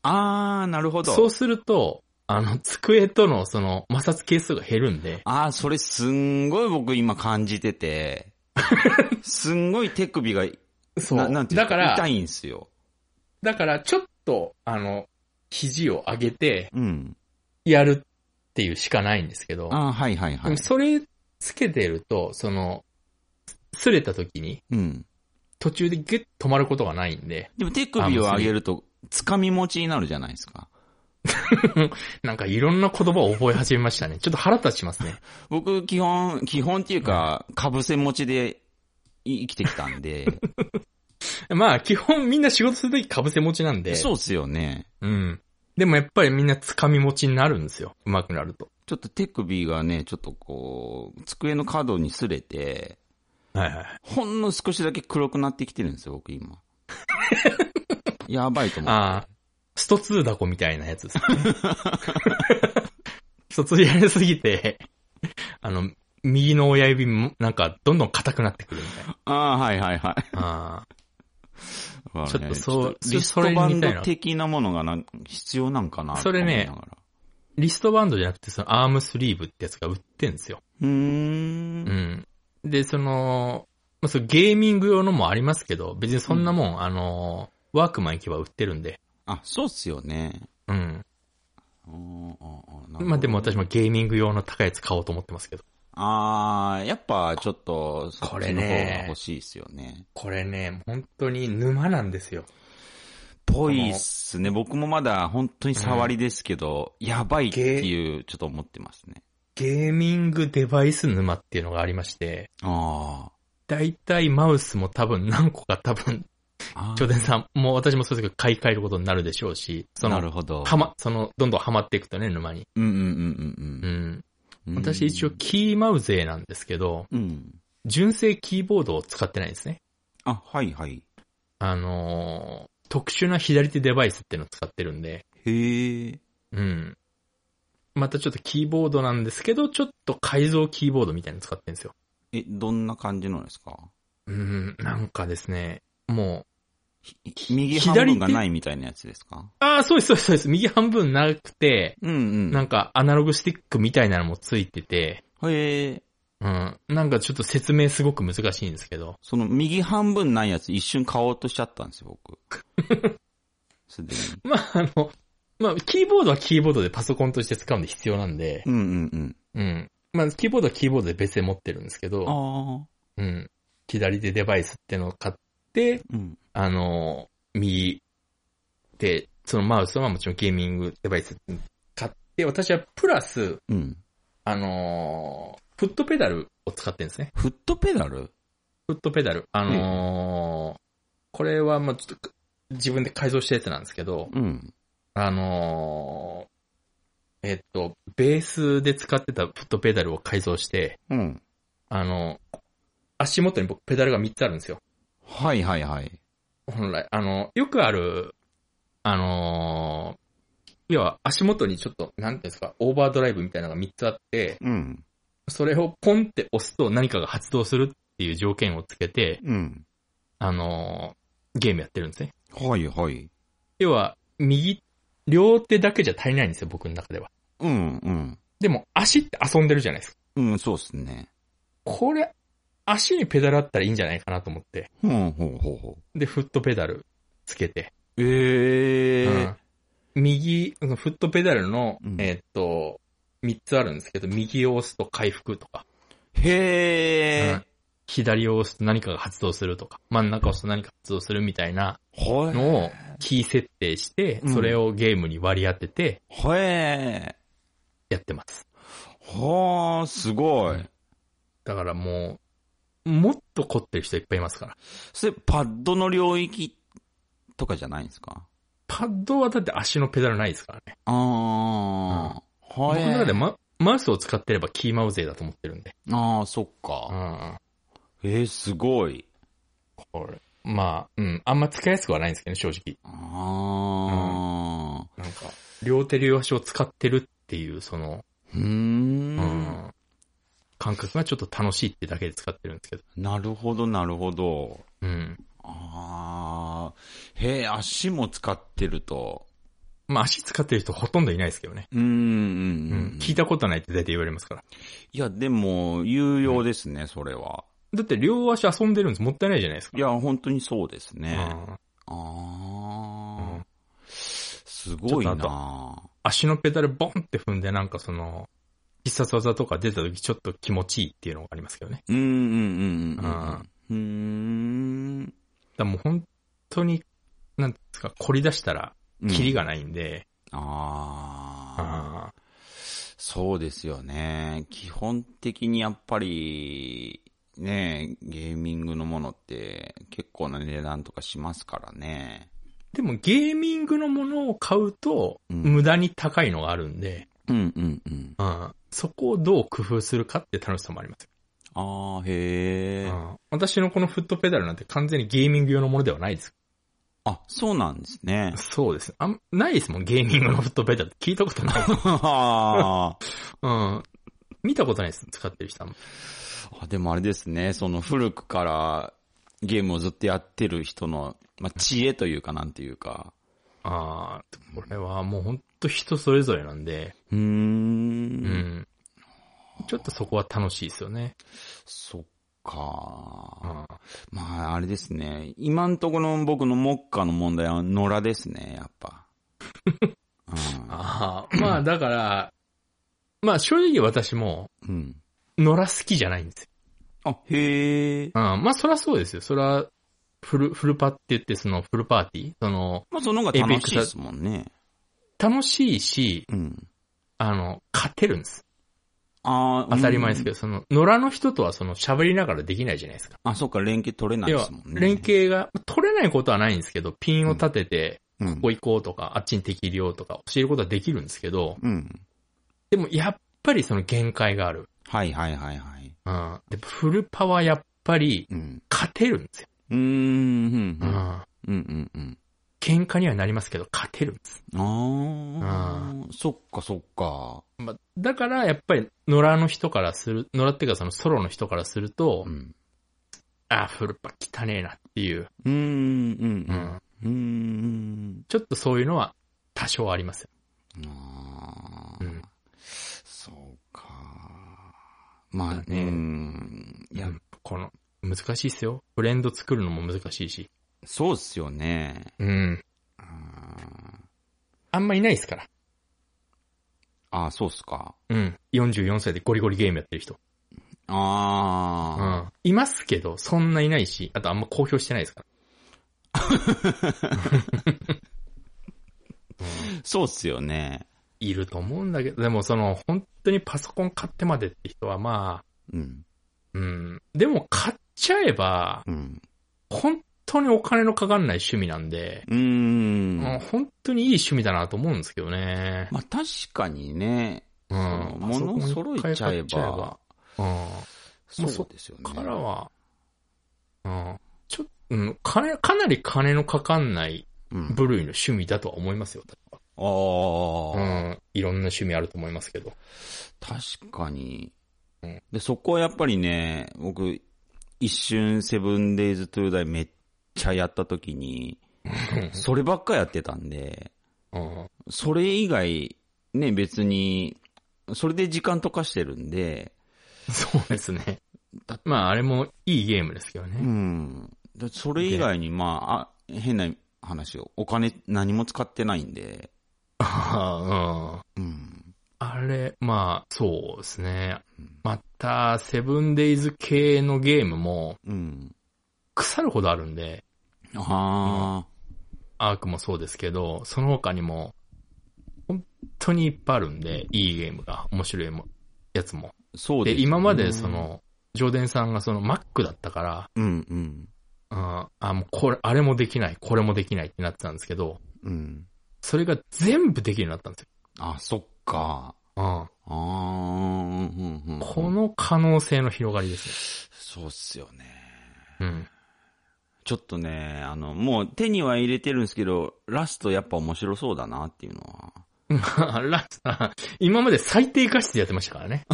Speaker 2: あー、なるほど。
Speaker 1: そうすると、あの、机とのその摩擦係数が減るんで、
Speaker 2: あー、それすんごい僕今感じて て、すんごい手首が、
Speaker 1: そう。
Speaker 2: ななんていう
Speaker 1: だから、
Speaker 2: 痛いんすよ。
Speaker 1: だからちょっと、あの、肘を上げて
Speaker 2: うん。
Speaker 1: やるっていうしかないんですけど、
Speaker 2: あー、はいはい
Speaker 1: で
Speaker 2: はい
Speaker 1: も。それつけてると、その、擦れた時に
Speaker 2: うん。
Speaker 1: 途中でギュッと止まることがないんで、
Speaker 2: でも手首を上げると、掴み持ちになるじゃないですか。
Speaker 1: なんかいろんな言葉を覚え始めましたね。ちょっと腹立ちますね。
Speaker 2: 僕、基本、基本っていうか、かぶせ持ちでい生きてきたんで、
Speaker 1: まあ、基本みんな仕事するとき被せ持ちなんで。
Speaker 2: そうっすよね。
Speaker 1: う。うん。でもやっぱりみんな掴み持ちになるんですよ。上手くなると。
Speaker 2: ちょっと手首がね、ちょっとこう、机の角に擦れて、
Speaker 1: はいはい。
Speaker 2: ほんの少しだけ黒くなってきてるんですよ、僕今。 やばいと思う。
Speaker 1: ああ、スト2ダコみたいなやつ ですね。スト2やりすぎて、あの、右の親指もなんかどんどん硬くなってくるみたいな。
Speaker 2: あーはいは いはい。
Speaker 1: ああ。
Speaker 2: まあね
Speaker 1: ちょっとそう
Speaker 2: ちょっとリストバンド的なものがな必要なんかな
Speaker 1: それね
Speaker 2: と思いながら
Speaker 1: リストバンドじゃなくてそのアームスリーブってやつが売ってんですよ。
Speaker 2: うー。
Speaker 1: うんん。で、その、まあ、そのゲーミング用のもありますけど、別にそんなもん、あの、ワークマン行けば売ってるんで。
Speaker 2: あ、そうっすよね。
Speaker 1: うん。
Speaker 2: うんうんうんなるほど
Speaker 1: まあでも私もゲーミング用の高いやつ買おうと思ってますけど。
Speaker 2: あー、やっぱちょっと、そっち
Speaker 1: これ
Speaker 2: の方
Speaker 1: ね
Speaker 2: が欲しいですよね。
Speaker 1: これね、本当に沼なんですよ。
Speaker 2: ぽいっすね。僕もまだ本当に触りですけど、やばいっていう、ちょっと思ってますね。
Speaker 1: ゲーミングデバイス沼っていうのがありまして、
Speaker 2: あ
Speaker 1: だいたいマウスも多分何個か多分、
Speaker 2: ーあー。
Speaker 1: 頂点さん、もう私もそうですけど買い替えることになるでしょうし、そ
Speaker 2: な
Speaker 1: の、
Speaker 2: るほど。
Speaker 1: はま、その、どんどんハマっていくとね、沼に。
Speaker 2: うんうん
Speaker 1: う
Speaker 2: うん
Speaker 1: ん。
Speaker 2: うんうん。
Speaker 1: 私一応、キーマウゼーなんですけど、
Speaker 2: うん。
Speaker 1: 純正キーボードを使ってないんですね。
Speaker 2: あ、はいはい。
Speaker 1: あのー特殊な左手デバイスっていうのを使ってるんで、
Speaker 2: へえ。
Speaker 1: うん。またちょっとキーボードなんですけど、ちょっと改造キーボードみたいなの使ってるんですよ。
Speaker 2: え、どんな感じのですか
Speaker 1: うん、なんかですね、もう、
Speaker 2: 右半分がないみたいなやつですか
Speaker 1: ああ、そうです、そうです、そうです。右半分なくて、
Speaker 2: うんうん。
Speaker 1: なんかアナログスティックみたいなのもついてて、
Speaker 2: へえ。
Speaker 1: うん、なんかちょっと説明すごく難しいんですけど、
Speaker 2: その右半分ないやつ一瞬買おうとしちゃったんですよ、僕。 すでに。
Speaker 1: まあ、あの、まあ、キーボードはキーボードでパソコンとして使うんで必要なんで、
Speaker 2: うんうんうん。
Speaker 1: うん。まあ、キーボードはキーボードで別で持ってるんですけど、
Speaker 2: あ
Speaker 1: うん。左手デバイスってのを買って、
Speaker 2: あ。うん。
Speaker 1: あの、右手、そのマウスはもちろんゲーミングデバイス買って、私はプラス、
Speaker 2: うん。
Speaker 1: あの、フットペダルを使ってるんですね。
Speaker 2: フットペダル
Speaker 1: フットペダル。あのーこれはまあちょっと自分で改造したやつなんですけど、
Speaker 2: うん。
Speaker 1: あのーえっと、ベースで使ってたフットペダルを改造して、
Speaker 2: うん。
Speaker 1: あの足元に僕ペダルが3つあるんですよ。
Speaker 2: はいはいはい。
Speaker 1: 本来。あの、よくある、あのー要は足元にちょっと、なんていうんですか、オーバードライブみたいなのが3つあって、
Speaker 2: うん。
Speaker 1: それをポンって押すと何かが発動するっていう条件をつけて、
Speaker 2: うん。
Speaker 1: あのーゲームやってるんですね。
Speaker 2: はいはい。
Speaker 1: 要は、右、両手だけじゃ足りないんですよ、僕の中では。
Speaker 2: うんうん。
Speaker 1: でも、足って遊んでるじゃないですか。
Speaker 2: うん、そうっすね。
Speaker 1: これ、足にペダルあったらいいんじゃないかなと思って。
Speaker 2: ほうほうほうほ
Speaker 1: で、フットペダルつけて。
Speaker 2: う。ええ
Speaker 1: うん右、そのフットペダルの、
Speaker 2: うん
Speaker 1: えーっと、3つあるんですけど、右を押すと回復とか、
Speaker 2: へ
Speaker 1: うん左を押すと何かが発動するとか、真ん中を押すと何か発動するみたいな
Speaker 2: ー。ほえ。
Speaker 1: のをキー設定して、
Speaker 2: うん
Speaker 1: それをゲームに割り当てて
Speaker 2: ほえ。
Speaker 1: やってます。
Speaker 2: はあ、すごい。
Speaker 1: だからもう、もっと凝ってる人いっぱいいますから。
Speaker 2: それ、パッドの領域とかじゃないんですか
Speaker 1: パッドはだって足のペダルないですからね。
Speaker 2: ああ。は
Speaker 1: 僕の中で
Speaker 2: え。
Speaker 1: ママウスを使ってればキーマウゼだと思ってるんで。
Speaker 2: ああ、そっ
Speaker 1: う
Speaker 2: か。
Speaker 1: ん。
Speaker 2: えー、すごい。
Speaker 1: これ。まあ、うん。あんま使いやすくはないんですけどね、正直。
Speaker 2: ああ。
Speaker 1: なんか、両手両足を使ってるっていう、その、
Speaker 2: うー
Speaker 1: うん
Speaker 2: ん。
Speaker 1: 感覚がちょっと楽しいってだけで使ってるんですけど。
Speaker 2: なるほど、なるほど。
Speaker 1: うん。
Speaker 2: ああ。へえ、足も使ってると。
Speaker 1: まあ、足使ってる人ほとんどいないですけどね。
Speaker 2: うーん、うん、
Speaker 1: う
Speaker 2: うん
Speaker 1: ん。。聞いたことないって大体言われますから。
Speaker 2: いや、でも、有用ですね、それは。
Speaker 1: だって両足遊んでるんです。もったいないじゃないですか。
Speaker 2: いや、本当にそうです
Speaker 1: う
Speaker 2: ね。
Speaker 1: ん。う
Speaker 2: ああ
Speaker 1: ん。
Speaker 2: すごい
Speaker 1: ちょっと
Speaker 2: な
Speaker 1: 足のペダルボンって踏んでなんかその、必殺技とか出た時ちょっと気持ちいいっていうのがありますけどね。
Speaker 2: うんうんうんうんうんうん。う
Speaker 1: だからもう本当に、なんていうんですか、凝り出したら、
Speaker 2: ーん。
Speaker 1: キリ
Speaker 2: が。
Speaker 1: がないんで、
Speaker 2: ああ。
Speaker 1: あー
Speaker 2: そうですよね。基本的にやっぱり、ねゲーミングのものって結構な値段とかしますからね。
Speaker 1: でもゲーミングのものを買うと、
Speaker 2: うん
Speaker 1: 無駄に高いのがあるんで、
Speaker 2: うんうんうん。
Speaker 1: うんそこをどう工夫するかって楽しさもありますよ
Speaker 2: ああ、へえ
Speaker 1: う。ん私のこのフットペダルなんて完全にゲーミング用のものではないです。。
Speaker 2: あ、そうなんです ね
Speaker 1: そうです。あん、ないですもん、ゲーミングのフットペダルって聞いたことない。
Speaker 2: あ
Speaker 1: うん。 見たことないです、使ってる人は。
Speaker 2: あでもあれですね、その古くからゲームをずっとやってる人の、まあ、知恵というかなんていうか。
Speaker 1: ああ、これはもう本当人それぞれなんで、
Speaker 2: うー。
Speaker 1: うんん。ちょっとそこは楽しいですよね。
Speaker 2: そっか。
Speaker 1: うん
Speaker 2: まあ、あれですね。今んところの僕の目下の問題は野良ですね、やっぱ。うん
Speaker 1: ああ、まあだから、まあ正直私も、
Speaker 2: うん。
Speaker 1: 野良好きじゃないんですよ。
Speaker 2: あ、へえ。
Speaker 1: うん、まあそらそうですよ。そら、フル、フルパって言ってそのフルパーティーその、
Speaker 2: まあ、その方が楽しいですもんね。
Speaker 1: 楽しいし、
Speaker 2: うん。
Speaker 1: あの、勝てるんです。
Speaker 2: ああ、
Speaker 1: 当たり前です
Speaker 2: け
Speaker 1: けど、その、野良の人とはその喋りながらできないじゃないですか。
Speaker 2: ど。あ、そっか、連携取れない
Speaker 1: 要
Speaker 2: で
Speaker 1: は
Speaker 2: すも、んね。
Speaker 1: 連携が、取れないことはないんですけど、ピンを立てて、
Speaker 2: うん。
Speaker 1: ここ行こうとか、あっちに敵いるよとか、教えることはできるんですけど、
Speaker 2: うん。
Speaker 1: でもやっぱりその限界がある。
Speaker 2: はいはいはいはい。
Speaker 1: うん。で、フルパはやっぱり
Speaker 2: うん。
Speaker 1: 勝てるんですよ。
Speaker 2: うーん。
Speaker 1: う
Speaker 2: うん
Speaker 1: ん。
Speaker 2: うんうん。
Speaker 1: 喧嘩にはなりますけど、勝てるんです。
Speaker 2: うん。ああ。そっかそっか。
Speaker 1: まあ、だから、やっぱり、野良の人からする、野良っていうかそのソロの人からすると、
Speaker 2: うん。
Speaker 1: ああ、フルパ汚ねえなっていう、
Speaker 2: うー
Speaker 1: う。
Speaker 2: ん。うんん。うん。うん。
Speaker 1: ちょっとそういうのは多少ありますよ。
Speaker 2: ああ、
Speaker 1: うん
Speaker 2: そうか。まあ
Speaker 1: だね
Speaker 2: ね、うんいや、
Speaker 1: この、難しいっすよ。ブレンド作るのも難しいし。
Speaker 2: そうっすよね。
Speaker 1: うん。
Speaker 2: あ
Speaker 1: あんまいないですから。
Speaker 2: あー、そうっすか。
Speaker 1: うん。44歳でゴリゴリゲームやってる人。
Speaker 2: あ
Speaker 1: う
Speaker 2: あ、
Speaker 1: ん。いますけど、そんないないし、あとあんま公表してないですから。
Speaker 2: そうっすよね。
Speaker 1: いると思うんだけど、でもその、本当にパソコン買ってまでって人はまあ、
Speaker 2: うん、
Speaker 1: うん。でも買っちゃえば、
Speaker 2: うん。
Speaker 1: 本当にお金のかかんない趣味なんで、
Speaker 2: うーん。
Speaker 1: うん、本当にいい趣味だなと思うんですけどね。
Speaker 2: まあ確かにね、
Speaker 1: う
Speaker 2: そ
Speaker 1: ん
Speaker 2: の。物を揃えちゃ
Speaker 1: パソコン
Speaker 2: え
Speaker 1: 一回買っちゃえば
Speaker 2: ば、
Speaker 1: うん。もう
Speaker 2: そうですよね。
Speaker 1: からは、うん。ちょっと、うん、金、かなり金のかかんない
Speaker 2: うん、
Speaker 1: 部類の趣味だとは思いますよ。
Speaker 2: あ
Speaker 1: う
Speaker 2: あ、
Speaker 1: ん。いろんな趣味あると思いますけど。
Speaker 2: 確かに
Speaker 1: うん。
Speaker 2: で、そこはやっぱりね、僕、一瞬セブンデイズトゥーダイめっちゃやった時に、そればっかやってたんで、
Speaker 1: うん。
Speaker 2: それ以外、ね、別に、それで時間とかしてるんで、
Speaker 1: そうですね。まあ、あれもいいゲームですけど
Speaker 2: う
Speaker 1: ね。
Speaker 2: ん。だそれ以外に、まあ、あ変な話を、お金何も使ってないんで、
Speaker 1: あ
Speaker 2: うん。
Speaker 1: れ、まあ、そうですね
Speaker 2: うん。
Speaker 1: また、セブンデイズ系のゲームも、
Speaker 2: うん。
Speaker 1: 腐るほどあるんで、
Speaker 2: あ
Speaker 1: アークもそうですけど、その他にも、本当にいっぱいあるんで、いいゲームが、面白いもやつも。
Speaker 2: あ、そう
Speaker 1: で、
Speaker 2: です、
Speaker 1: 今までそ、の、ジョーデンさんがその Mac だったから、
Speaker 2: うんうん。
Speaker 1: うん、あ、もうこれ、あれもできない、これもできないってなってたんですけど、
Speaker 2: うん。
Speaker 1: それが全部できるようになったんです
Speaker 2: あ、そっか。
Speaker 1: よ。
Speaker 2: ああ、うんうんうん
Speaker 1: うん。。この可能性の広がりです
Speaker 2: そうっすよね。
Speaker 1: ね。うん。
Speaker 2: ちょっとね、あの、もう手には入れてるんですけど、ラストやっぱ面白そうだなっていうのは。
Speaker 1: ラスあ今まで最低画質でやってましたから ね。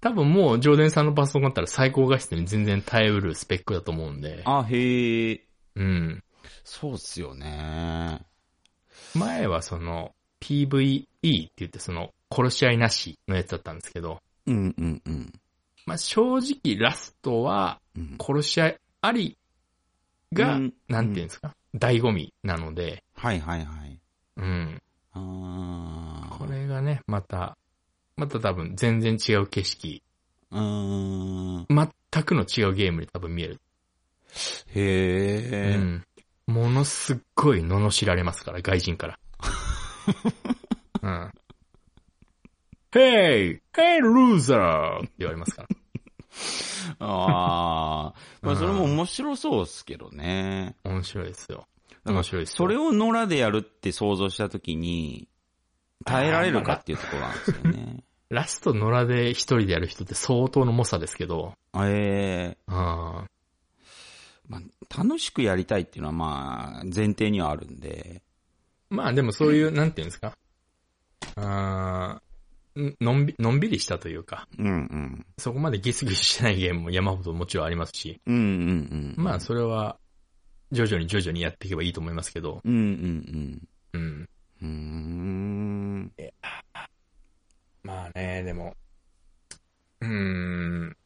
Speaker 1: 多分もう、ジョーデンさんのパソコンだったら最高画質に全然耐えうるスペックだと思うんで。
Speaker 2: あ、へえ。
Speaker 1: うん。
Speaker 2: そうっすよね。
Speaker 1: 前はその、PVE って言ってその、殺し合いなしのやつだったんですけど、
Speaker 2: うんうんうん。
Speaker 1: まあ、正直ラストは、
Speaker 2: うん
Speaker 1: 殺し合いありが、
Speaker 2: うん
Speaker 1: なんていうんですか、醍醐味なので、
Speaker 2: はいはいはい。
Speaker 1: うん。
Speaker 2: ああ。
Speaker 1: こ。れがね、また、また多分全然違う景色、
Speaker 2: うーん。
Speaker 1: 全くの違うゲームに多分見える。
Speaker 2: へえ、
Speaker 1: うん。ものすっごい罵られますから、外人 から。うん。Hey! Hey, loser! って言われますから。
Speaker 2: ああ。
Speaker 1: う
Speaker 2: まあ
Speaker 1: ん
Speaker 2: それも面白そうっすけどね。
Speaker 1: 面白いですよ。
Speaker 2: なんか
Speaker 1: 面白いですよ。
Speaker 2: それを野良でやるって想像したときに、耐えられるかっていうところなんですよね。
Speaker 1: ラスト野良で一人でやる人って相当の猛者ですけど、
Speaker 2: ええ
Speaker 1: うん。
Speaker 2: まあ、楽しくやりたいっていうのはまあ、前提にはあるんで。
Speaker 1: まあでもそういう、 なんていうんですか。あーんのんび、のんびりしたというか、
Speaker 2: うんうん。
Speaker 1: そこまでギスギスしてないゲームも山ほどもちろんありますし、
Speaker 2: うんうんうん。
Speaker 1: まあそれは、徐々に徐々にやっていけばいいと思いますけど、
Speaker 2: うんうん
Speaker 1: うん。
Speaker 2: うん。うーん。
Speaker 1: まあね、でも、うーん。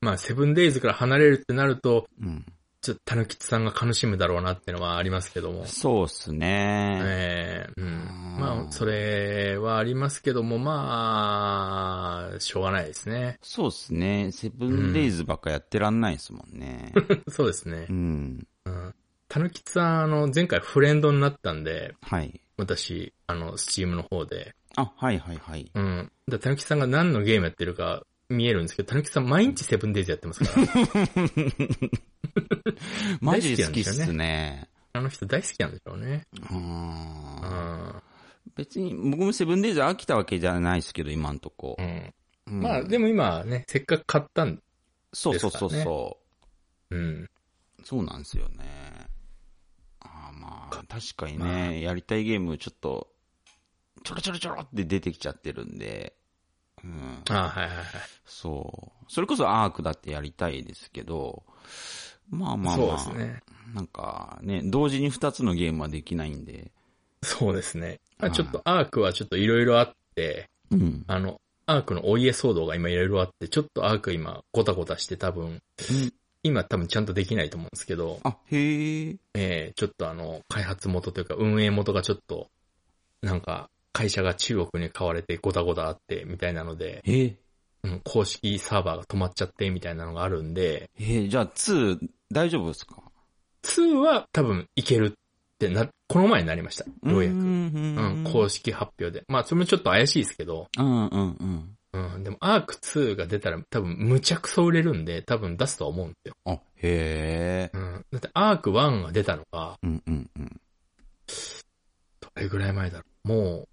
Speaker 1: まあ、セブンデイズから離れるってなると、
Speaker 2: うん。
Speaker 1: ちょっとたぬきちさんが悲しむだろうなってのはありますけども。
Speaker 2: そうっすね。
Speaker 1: ええうん
Speaker 2: あー。
Speaker 1: まあ、それはありますけども、まあ、しょうがないですね。
Speaker 2: そうっすね。セブンデイズばっかやってらんないですもんね。
Speaker 1: そうですね
Speaker 2: う。ん。
Speaker 1: うんたぬきちさん、あの、前回フレンドになったんで、
Speaker 2: はい。
Speaker 1: 私、あの、スチームの方で。
Speaker 2: あ、はいはい はい。
Speaker 1: うん。だたぬきちさんが何のゲームやってるか見えるんですけど、たぬきちさん毎日セブンデイズやってますから。
Speaker 2: マジ好きっすね。
Speaker 1: あの人大好きなんでしょうね。
Speaker 2: う
Speaker 1: う
Speaker 2: ー
Speaker 1: んん。
Speaker 2: 別に、僕もセブンデイズ飽きたわけじゃないですけど、今んとこ
Speaker 1: う。ん。
Speaker 2: うん
Speaker 1: まあ、でも今ね、せっかく買ったん、
Speaker 2: そうそうそう
Speaker 1: ですか
Speaker 2: そ
Speaker 1: うん。
Speaker 2: う。そうなんですよね。あーまあ、確かにね、やりたいゲームちょっと、ちょろちょろちょろって出てきちゃってるんで、うん。
Speaker 1: あはいはいはい。
Speaker 2: そう。それこそアークだってやりたいですけど、まあまあ
Speaker 1: そう
Speaker 2: ま
Speaker 1: で
Speaker 2: あ、
Speaker 1: すね。
Speaker 2: なんかね、同時に2つのゲームはできないんで、
Speaker 1: そうですね。
Speaker 2: は
Speaker 1: あ
Speaker 2: い
Speaker 1: ちょっとアークはちょっといろいろあって、
Speaker 2: うん。
Speaker 1: あの、アークのお家騒動が今いろいろあって、ちょっとアーク今ごたごたして多分、今多分ちゃんとできないと思うんですけど、
Speaker 2: あ、へえ。
Speaker 1: えー、ちょっとあの、開発元というか運営元がちょっと、なんか、会社が中国に買われてごたごたあって、みたいなので、
Speaker 2: へえ。
Speaker 1: うん、公式サーバーが止まっちゃって、みたいなのがあるんで、
Speaker 2: え、じゃあ2、大丈夫ですか
Speaker 1: 2は多分いけるってな、この前になりました。ようやく。うん
Speaker 2: ん
Speaker 1: 公式発表で。まあ、それもちょっと怪しいですけど、
Speaker 2: うんうんうん。
Speaker 1: うん、でも、アーク2が出たら多分、むちゃくそ売れるんで、多分出すとは思うんですよ。
Speaker 2: あ、へえ
Speaker 1: う。ん。だって、アーク1が出たのが、
Speaker 2: うんうんうん。
Speaker 1: どれぐらい前だろう。も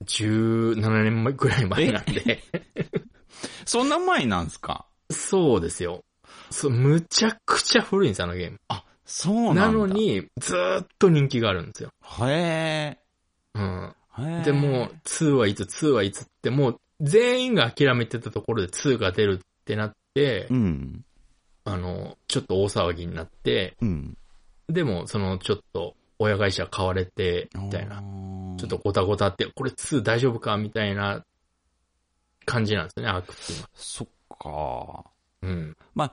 Speaker 1: う、17年前ぐらい前なんで、
Speaker 2: そんな前なんすか
Speaker 1: そうですよ。そう、むちゃくちゃ古いんです、あのゲーム。
Speaker 2: あ、そうなんだ。
Speaker 1: なの。に、ずーっと人気があるんですよ。
Speaker 2: へ
Speaker 1: うん。
Speaker 2: え。へえ。
Speaker 1: でも、、2はいつ、2はいつって、もう、全員が諦めてたところで2が出るってなって
Speaker 2: う、ん。
Speaker 1: あの、ちょっと大騒ぎになって、
Speaker 2: うん。
Speaker 1: でも、その、ちょっと、親会社買われて、みたいな、
Speaker 2: あー
Speaker 1: ちょっと。ごたごたって、これ2大丈夫かみたいな感じなんですよね、アークっていうのは。
Speaker 2: そっか。
Speaker 1: うん。
Speaker 2: まあ、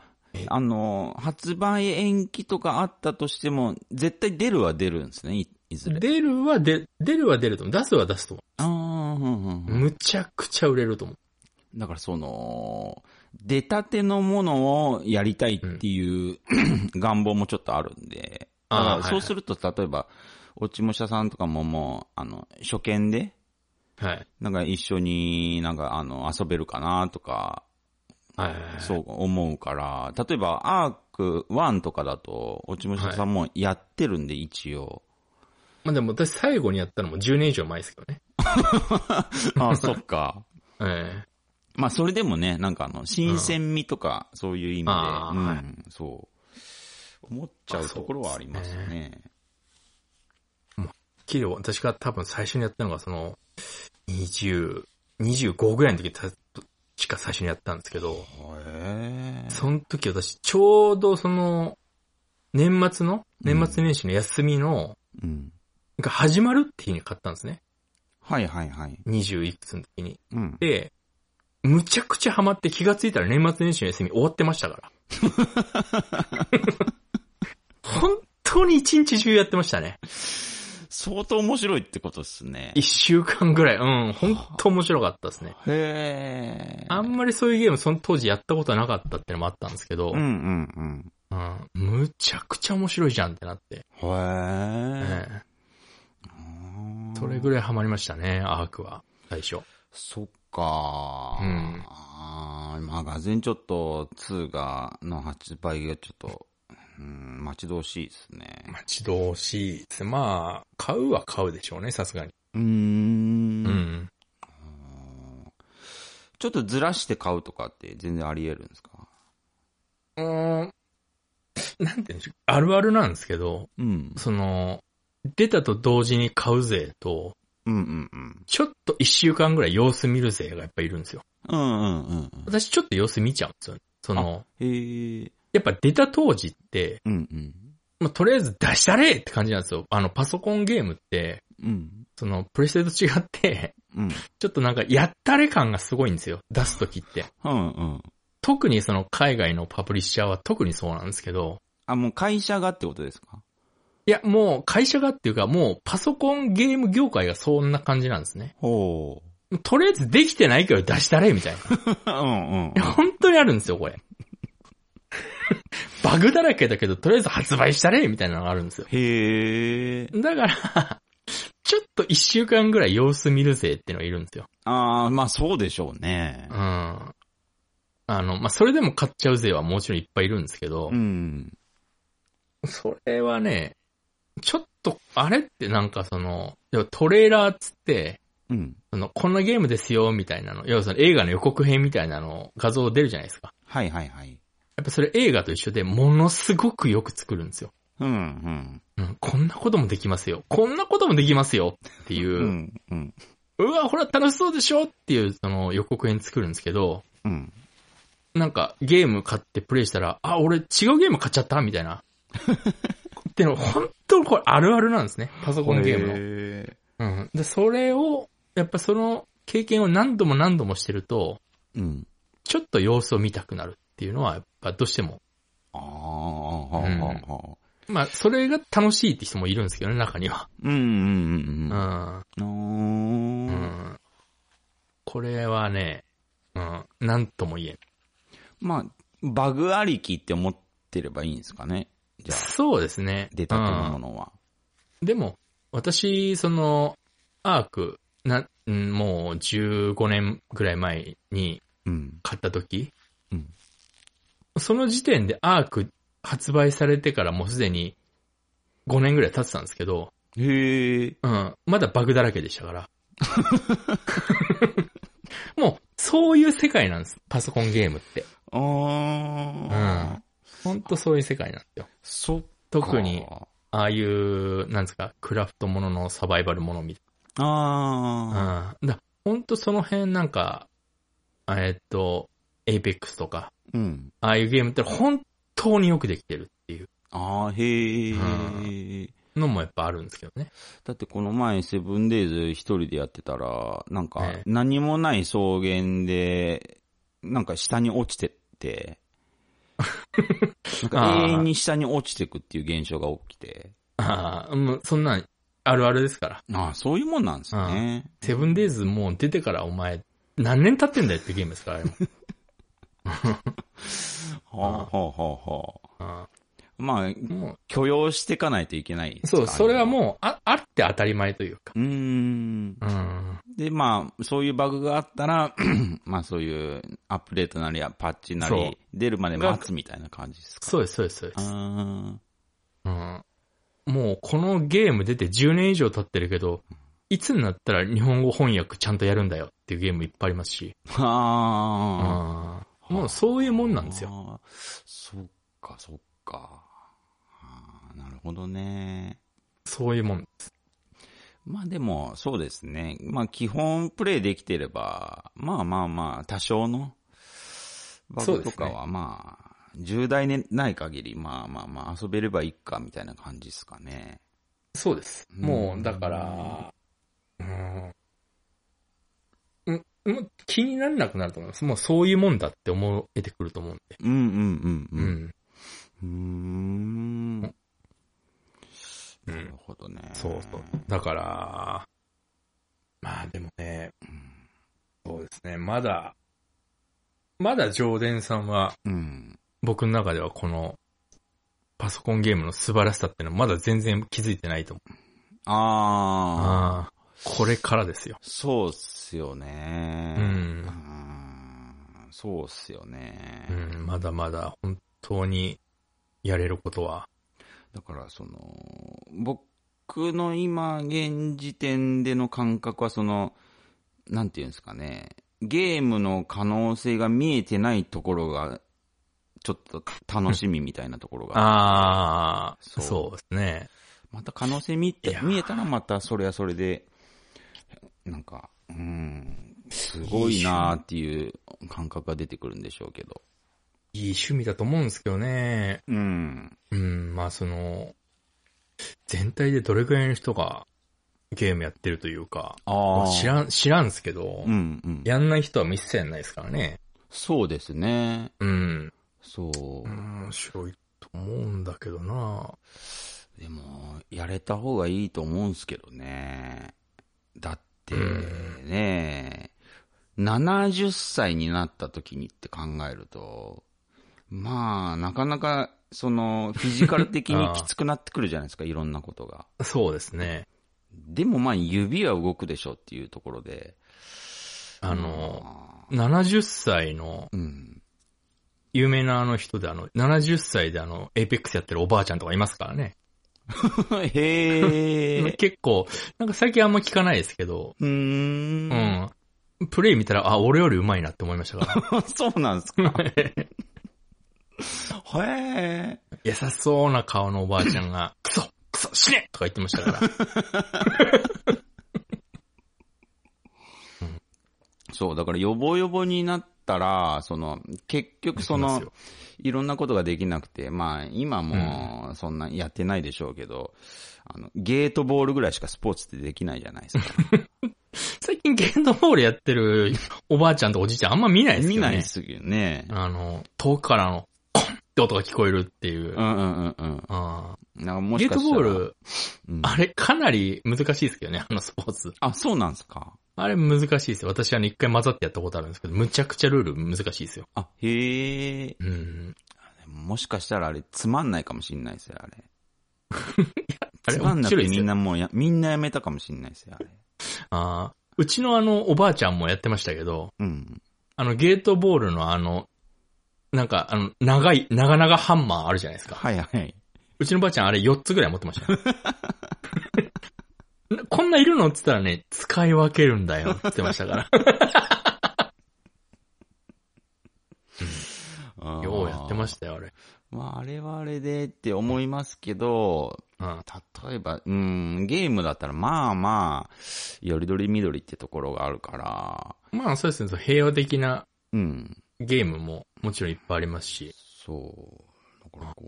Speaker 2: あの、発売延期とかあったとしても、絶対出るは出るんですね、いいずれ。
Speaker 1: 出るは出、出るは出ると思う。出すは出すと思
Speaker 2: ああ、うんうん
Speaker 1: う。
Speaker 2: うん
Speaker 1: むちゃくちゃ売れると思う。
Speaker 2: だからその、出たてのものをやりたいっていう、 願望もちょっとあるんで、
Speaker 1: あー
Speaker 2: だか
Speaker 1: はい
Speaker 2: ら
Speaker 1: はい
Speaker 2: そうすると、例えば、落ち武者さんとかももう、あの、初見で、
Speaker 1: はい。
Speaker 2: なんか一緒になんかあの、遊べるかなとか、
Speaker 1: はいはいはい。
Speaker 2: そう思うから、例えばアーク1とかだと、落ち武者さんもやってるんで、一応。
Speaker 1: まあでも私最後にやったのも10年以上前ですけどね。
Speaker 2: ああ、そっか。
Speaker 1: え
Speaker 2: まあ、それでもね、なんかあの、新鮮味とか、そういう意味で、
Speaker 1: あー
Speaker 2: うん
Speaker 1: は
Speaker 2: そう。思っちゃうところはありますよ
Speaker 1: あそう
Speaker 2: ね。
Speaker 1: えきり私が多分最初にやったのがその、20、25ぐらいの時たしか最初にやったんですけど、
Speaker 2: へ
Speaker 1: その時私ちょうどその、年末の、年末年始の休みの、
Speaker 2: え。うん。
Speaker 1: が始まるって日に買ったんですね。
Speaker 2: はいはいはい。
Speaker 1: 20いくつの時に。
Speaker 2: うん。
Speaker 1: で、むちゃくちゃハマって気がついたら年末年始の休み終わってましたから。 本当に一日中やってましたね。
Speaker 2: 相当面白いってことですね。
Speaker 1: 一週間ぐらい。 うん、本当面白かったですね。
Speaker 2: へえ。
Speaker 1: あんまりそういうゲームその当時やったことなかったってのもあったんですけど、
Speaker 2: うんうんうん。
Speaker 1: うんむちゃくちゃ面白いじゃんってなって。
Speaker 2: へ
Speaker 1: え
Speaker 2: え。あ
Speaker 1: え
Speaker 2: ー
Speaker 1: それぐらいハマりましたね、アークは。最初。
Speaker 2: そっか
Speaker 1: うん
Speaker 2: あーまあ、がぜんちょっと、2が、の発売がちょっと、うん、待ち遠しいですね。
Speaker 1: 待ち遠しいです。まあ、買うは買うでしょうね、さすがに。
Speaker 2: うー。
Speaker 1: うんん。
Speaker 2: ちょっとずらして買うとかって全然あり得るんですか
Speaker 1: うーん。なんて言うんでしょう。あるあるなんですけど、
Speaker 2: うん。
Speaker 1: その、出たと同時に買うぜと、
Speaker 2: うんうんうん。
Speaker 1: ちょっと一週間ぐらい様子見るぜがやっぱいるんですよ。
Speaker 2: うんうんうんうん。
Speaker 1: 私ちょっと様子見ちゃうんですよね。その、
Speaker 2: へえ。
Speaker 1: やっぱ出た当時って、
Speaker 2: うんうん。
Speaker 1: まあ、とりあえず出したれって感じなんですよ。あの、パソコンゲームって、
Speaker 2: うん。
Speaker 1: その、プレステと違って、
Speaker 2: うん。
Speaker 1: ちょっとなんか、やったれ感がすごいんですよ。出すときって。
Speaker 2: うんうん。
Speaker 1: 特にその、海外のパブリッシャーは特にそうなんですけど、
Speaker 2: あ、もう会社がってことですか
Speaker 1: いや、もう、会社がっていうか、もう、パソコンゲーム業界がそんな感じなんですね。
Speaker 2: ほう。
Speaker 1: とりあえずできてないけど出したれみたいな。
Speaker 2: うんう
Speaker 1: い
Speaker 2: ん
Speaker 1: や、本当にあるんですよ、これ。 バグだらけだけど、とりあえず発売したれみたいなのがあるんですよ。
Speaker 2: へえ。
Speaker 1: だから、 ちょっと一週間ぐらい様子見るぜってのがいるんですよ。
Speaker 2: ああ、まあそうでしょうね
Speaker 1: うん。。あの、まあ、それでも買っちゃうぜはもちろんいっぱいいるんですけど
Speaker 2: う、ん。
Speaker 1: それはね、ちょっと、あれってなんかその、要はトレーラーっつって、
Speaker 2: うん。
Speaker 1: その、こんなゲームですよ、みたいなの。要はその映画の予告編みたいなの、画像出るじゃないですか。
Speaker 2: はいはいはい。
Speaker 1: やっぱそれ映画と一緒で、ものすごくよく作るんですよ。
Speaker 2: うんうん。
Speaker 1: うん、こんなこともできますよ。こんなこともできますよっていうう、うん、
Speaker 2: んうん。
Speaker 1: わ、ほら楽しそうでしょっていうその予告編作るんですけど、
Speaker 2: うん。
Speaker 1: なんかゲーム買ってプレイしたら、あ、俺違うゲーム買っちゃったみたいな。っての、本当にこれあるあるなんですね。パソコンゲームの。
Speaker 2: ム
Speaker 1: うん。で、それを、やっぱその経験を何度も何度もしてると、
Speaker 2: の。うん。
Speaker 1: ちょっと様子を見たくなるっていうのは、やっぱどうしても。
Speaker 2: ああ、はあはあはあ。
Speaker 1: まあ、それが楽しいって人もいるんですけどね、中には。
Speaker 2: うんうんうん
Speaker 1: う
Speaker 2: うん。
Speaker 1: ん。
Speaker 2: うーん
Speaker 1: うんこれはね、うん、なんとも言えん。
Speaker 2: まあ、バグありきって思ってればいいんですかね。じゃあ、
Speaker 1: そうですね。
Speaker 2: 出たてのものは。
Speaker 1: うんでも、私、その、アーク、な、うんもう15年ぐらい前に
Speaker 2: うん。
Speaker 1: 買った時、
Speaker 2: うん
Speaker 1: その時点でアーク発売されてからもうすでに5年ぐらい経ってたんですけど、
Speaker 2: へえ。
Speaker 1: うん、まだバグだらけでした から。もう、そういう世界なんです。パソコンゲームって。
Speaker 2: あー。
Speaker 1: うんほんとそういう世界なんですよ。
Speaker 2: そっか。
Speaker 1: 特に、ああいう、なんですか、クラフトもののサバイバルものみたい
Speaker 2: あ
Speaker 1: な。うん。だほんとその辺なんか、えっと、エイペックスとか、
Speaker 2: ー。うん。
Speaker 1: ああいうゲームって本当によくできてるっていう
Speaker 2: あー、へえ。
Speaker 1: のもやっぱあるんですけどね。
Speaker 2: だってこの前、セブンデイズ一人でやってたら、なんか
Speaker 1: ええ、
Speaker 2: 何 もない草原で、なんか下に落ちてって、なんか永遠に下に落ちていくっていう現象が起きて。
Speaker 1: ああ、もうそんなん、あるあるですから。
Speaker 2: ああ、そういうもんなんですね。
Speaker 1: セブンデイズもう出てからお前、何年経ってんだよってゲームですから、あれも。
Speaker 2: はあ、はあはあは あ、
Speaker 1: あ
Speaker 2: まあ、
Speaker 1: あもう
Speaker 2: 許容していかないといけないですか
Speaker 1: そう、それは
Speaker 2: う。
Speaker 1: もう、あ、あって当たり前というか。
Speaker 2: うーん。
Speaker 1: うん。
Speaker 2: で、まあ、そういうバグがあったら、 まあそういうアップデートなりやパッチな
Speaker 1: そう
Speaker 2: り、出るまで待つみたいな感じですか。
Speaker 1: そうです、そうです、そうです。
Speaker 2: あ
Speaker 1: うん。もう、このゲーム出て10年以上経ってるけど、いつになったら日本語翻訳ちゃんとやるんだよっていうゲームいっぱいありますし。
Speaker 2: ーあ
Speaker 1: あ
Speaker 2: ー。
Speaker 1: ーもうそういうもんなんですよ。
Speaker 2: よ。そっか、そっか。あーなるほどね。
Speaker 1: そういうもん。
Speaker 2: まあでも、そうですね。まあ基本プレイできてれば、まあまあまあ、多少のバ
Speaker 1: そう
Speaker 2: グ
Speaker 1: で
Speaker 2: と
Speaker 1: すね
Speaker 2: かはまあ、重大ねない限り、まあまあまあ、遊べればいいか、みたいな感じですかね。
Speaker 1: そうです。
Speaker 2: うん
Speaker 1: もう、だから、うん。うんもう気にならなくなると思います。もうそういうもんだって思えてくると思うんで。
Speaker 2: うんうんうん
Speaker 1: う
Speaker 2: う
Speaker 1: ん。
Speaker 2: ん。うーん。な
Speaker 1: うん
Speaker 2: るほどね。
Speaker 1: そうそう。だから、まあでもね、そうですね、まだ、まだ上田さんは
Speaker 2: うん。
Speaker 1: 僕の中ではこのパソコンゲームの素晴らしさっていうのはまだ全然気づいてないと思う。
Speaker 2: ああ。
Speaker 1: ああ、これからですよ。
Speaker 2: そうっすよね。
Speaker 1: うん
Speaker 2: うーんそうっすよね。
Speaker 1: うん、まだまだ本当にやれることは。
Speaker 2: だから、その、僕の今、現時点での感覚は、その、なんていうんですかね、ゲームの可能性が見えてないところが、ちょっと楽しみみたいなところが、
Speaker 1: ああ、
Speaker 2: そう
Speaker 1: そうですね。
Speaker 2: また可能性見
Speaker 1: い
Speaker 2: て
Speaker 1: やー
Speaker 2: 見えたらまたそれはそれで、なんか、うん、すごいなーっていう感覚が出てくるんでしょうけど。
Speaker 1: いい趣味だと思うんですけどね。
Speaker 2: うん。
Speaker 1: うん、まあその、全体でどれくらいの人がゲームやってるというか、
Speaker 2: ああ。
Speaker 1: 知らん、知らんすけど、
Speaker 2: うんうん。
Speaker 1: やんない人は一切やんないですからね。
Speaker 2: そうですね。
Speaker 1: うん。
Speaker 2: そう。
Speaker 1: 面白いと思うんだけどな
Speaker 2: でも、やれた方がいいと思うんすけどね。だって
Speaker 1: うん
Speaker 2: ね、70歳になった時にって考えると、まあ、なかなか、その、フィジカル的にきつくなってくるじゃないですか、いろんなことが。
Speaker 1: そうですね。
Speaker 2: でもまあ、指は動くでしょっていうところで。
Speaker 1: あの、
Speaker 2: まあ
Speaker 1: 70歳の、
Speaker 2: うん。
Speaker 1: 有名なあの人であの、70歳であの、エイペックスやってるおばあちゃんとかいますからね。
Speaker 2: へえ。
Speaker 1: 結構、なんか最近あんま聞かないですけど、
Speaker 2: うー。
Speaker 1: うんん。プレイ見たら、あ、俺より上手いなって思いましたから。
Speaker 2: そうなんですか。へえ。
Speaker 1: 優しそうな顔のおばあちゃんが、 クソクソ死ねとか言ってました から。
Speaker 2: そう、だから予防予防になったら、その、結局そ
Speaker 1: 言っ
Speaker 2: の
Speaker 1: て、ま
Speaker 2: いろんなことができなくて、まあ今もそんなやってないでしょうけど、あの、ゲートボールぐらいしかスポーツってできないじゃない ですか。
Speaker 1: すよ最近ゲートボールやってるおばあちゃんとおじいちゃんあんま見ないですよね。
Speaker 2: 見ないですよね。
Speaker 1: あの、遠くからの、コンって音が聞こえるっていうう。
Speaker 2: んうんうんうん。
Speaker 1: あ
Speaker 2: な
Speaker 1: ー
Speaker 2: んかも
Speaker 1: ゲ
Speaker 2: し
Speaker 1: ー
Speaker 2: か
Speaker 1: ト
Speaker 2: し
Speaker 1: ボ
Speaker 2: た
Speaker 1: ー
Speaker 2: ら。
Speaker 1: ル、
Speaker 2: うん
Speaker 1: あれかなり難しいですけどね、あのスポーツ。
Speaker 2: あ、そうなんですか。
Speaker 1: あれ難しいですよ。私はね、一回混ざってやったことあるんですけど、むちゃくちゃルール難しいですよ。
Speaker 2: あ、へえ。
Speaker 1: うん。
Speaker 2: もしかしたらあれつまんないかもしんないですよ、あれ。
Speaker 1: あれ
Speaker 2: つまんなく
Speaker 1: 面白いですよ
Speaker 2: てみんなもうや、みんなやめたかもしんないですよ、あれ。
Speaker 1: あーうちのあの、おばあちゃんもやってましたけど、
Speaker 2: うん。
Speaker 1: あの、ゲートボールのあの、なんか、あの、長い、長々ハンマーあるじゃないですか。
Speaker 2: はいはい。
Speaker 1: うちのばあちゃんあれ4つぐらい持ってましたよ。 こんないるのって言ったらね、使い分けるんだよって言ってました から。
Speaker 2: あー
Speaker 1: ようやってましたよ、あれ。
Speaker 2: まあ、あれはあれでって思いますけど、
Speaker 1: うん。
Speaker 2: 例えば、うん、ゲームだったら、まあまあ、よりどりみどりってところがあるから、
Speaker 1: まあそうですね、そう平和的な
Speaker 2: うん、
Speaker 1: ゲームももちろんいっぱいありますし。
Speaker 2: そう。だからこ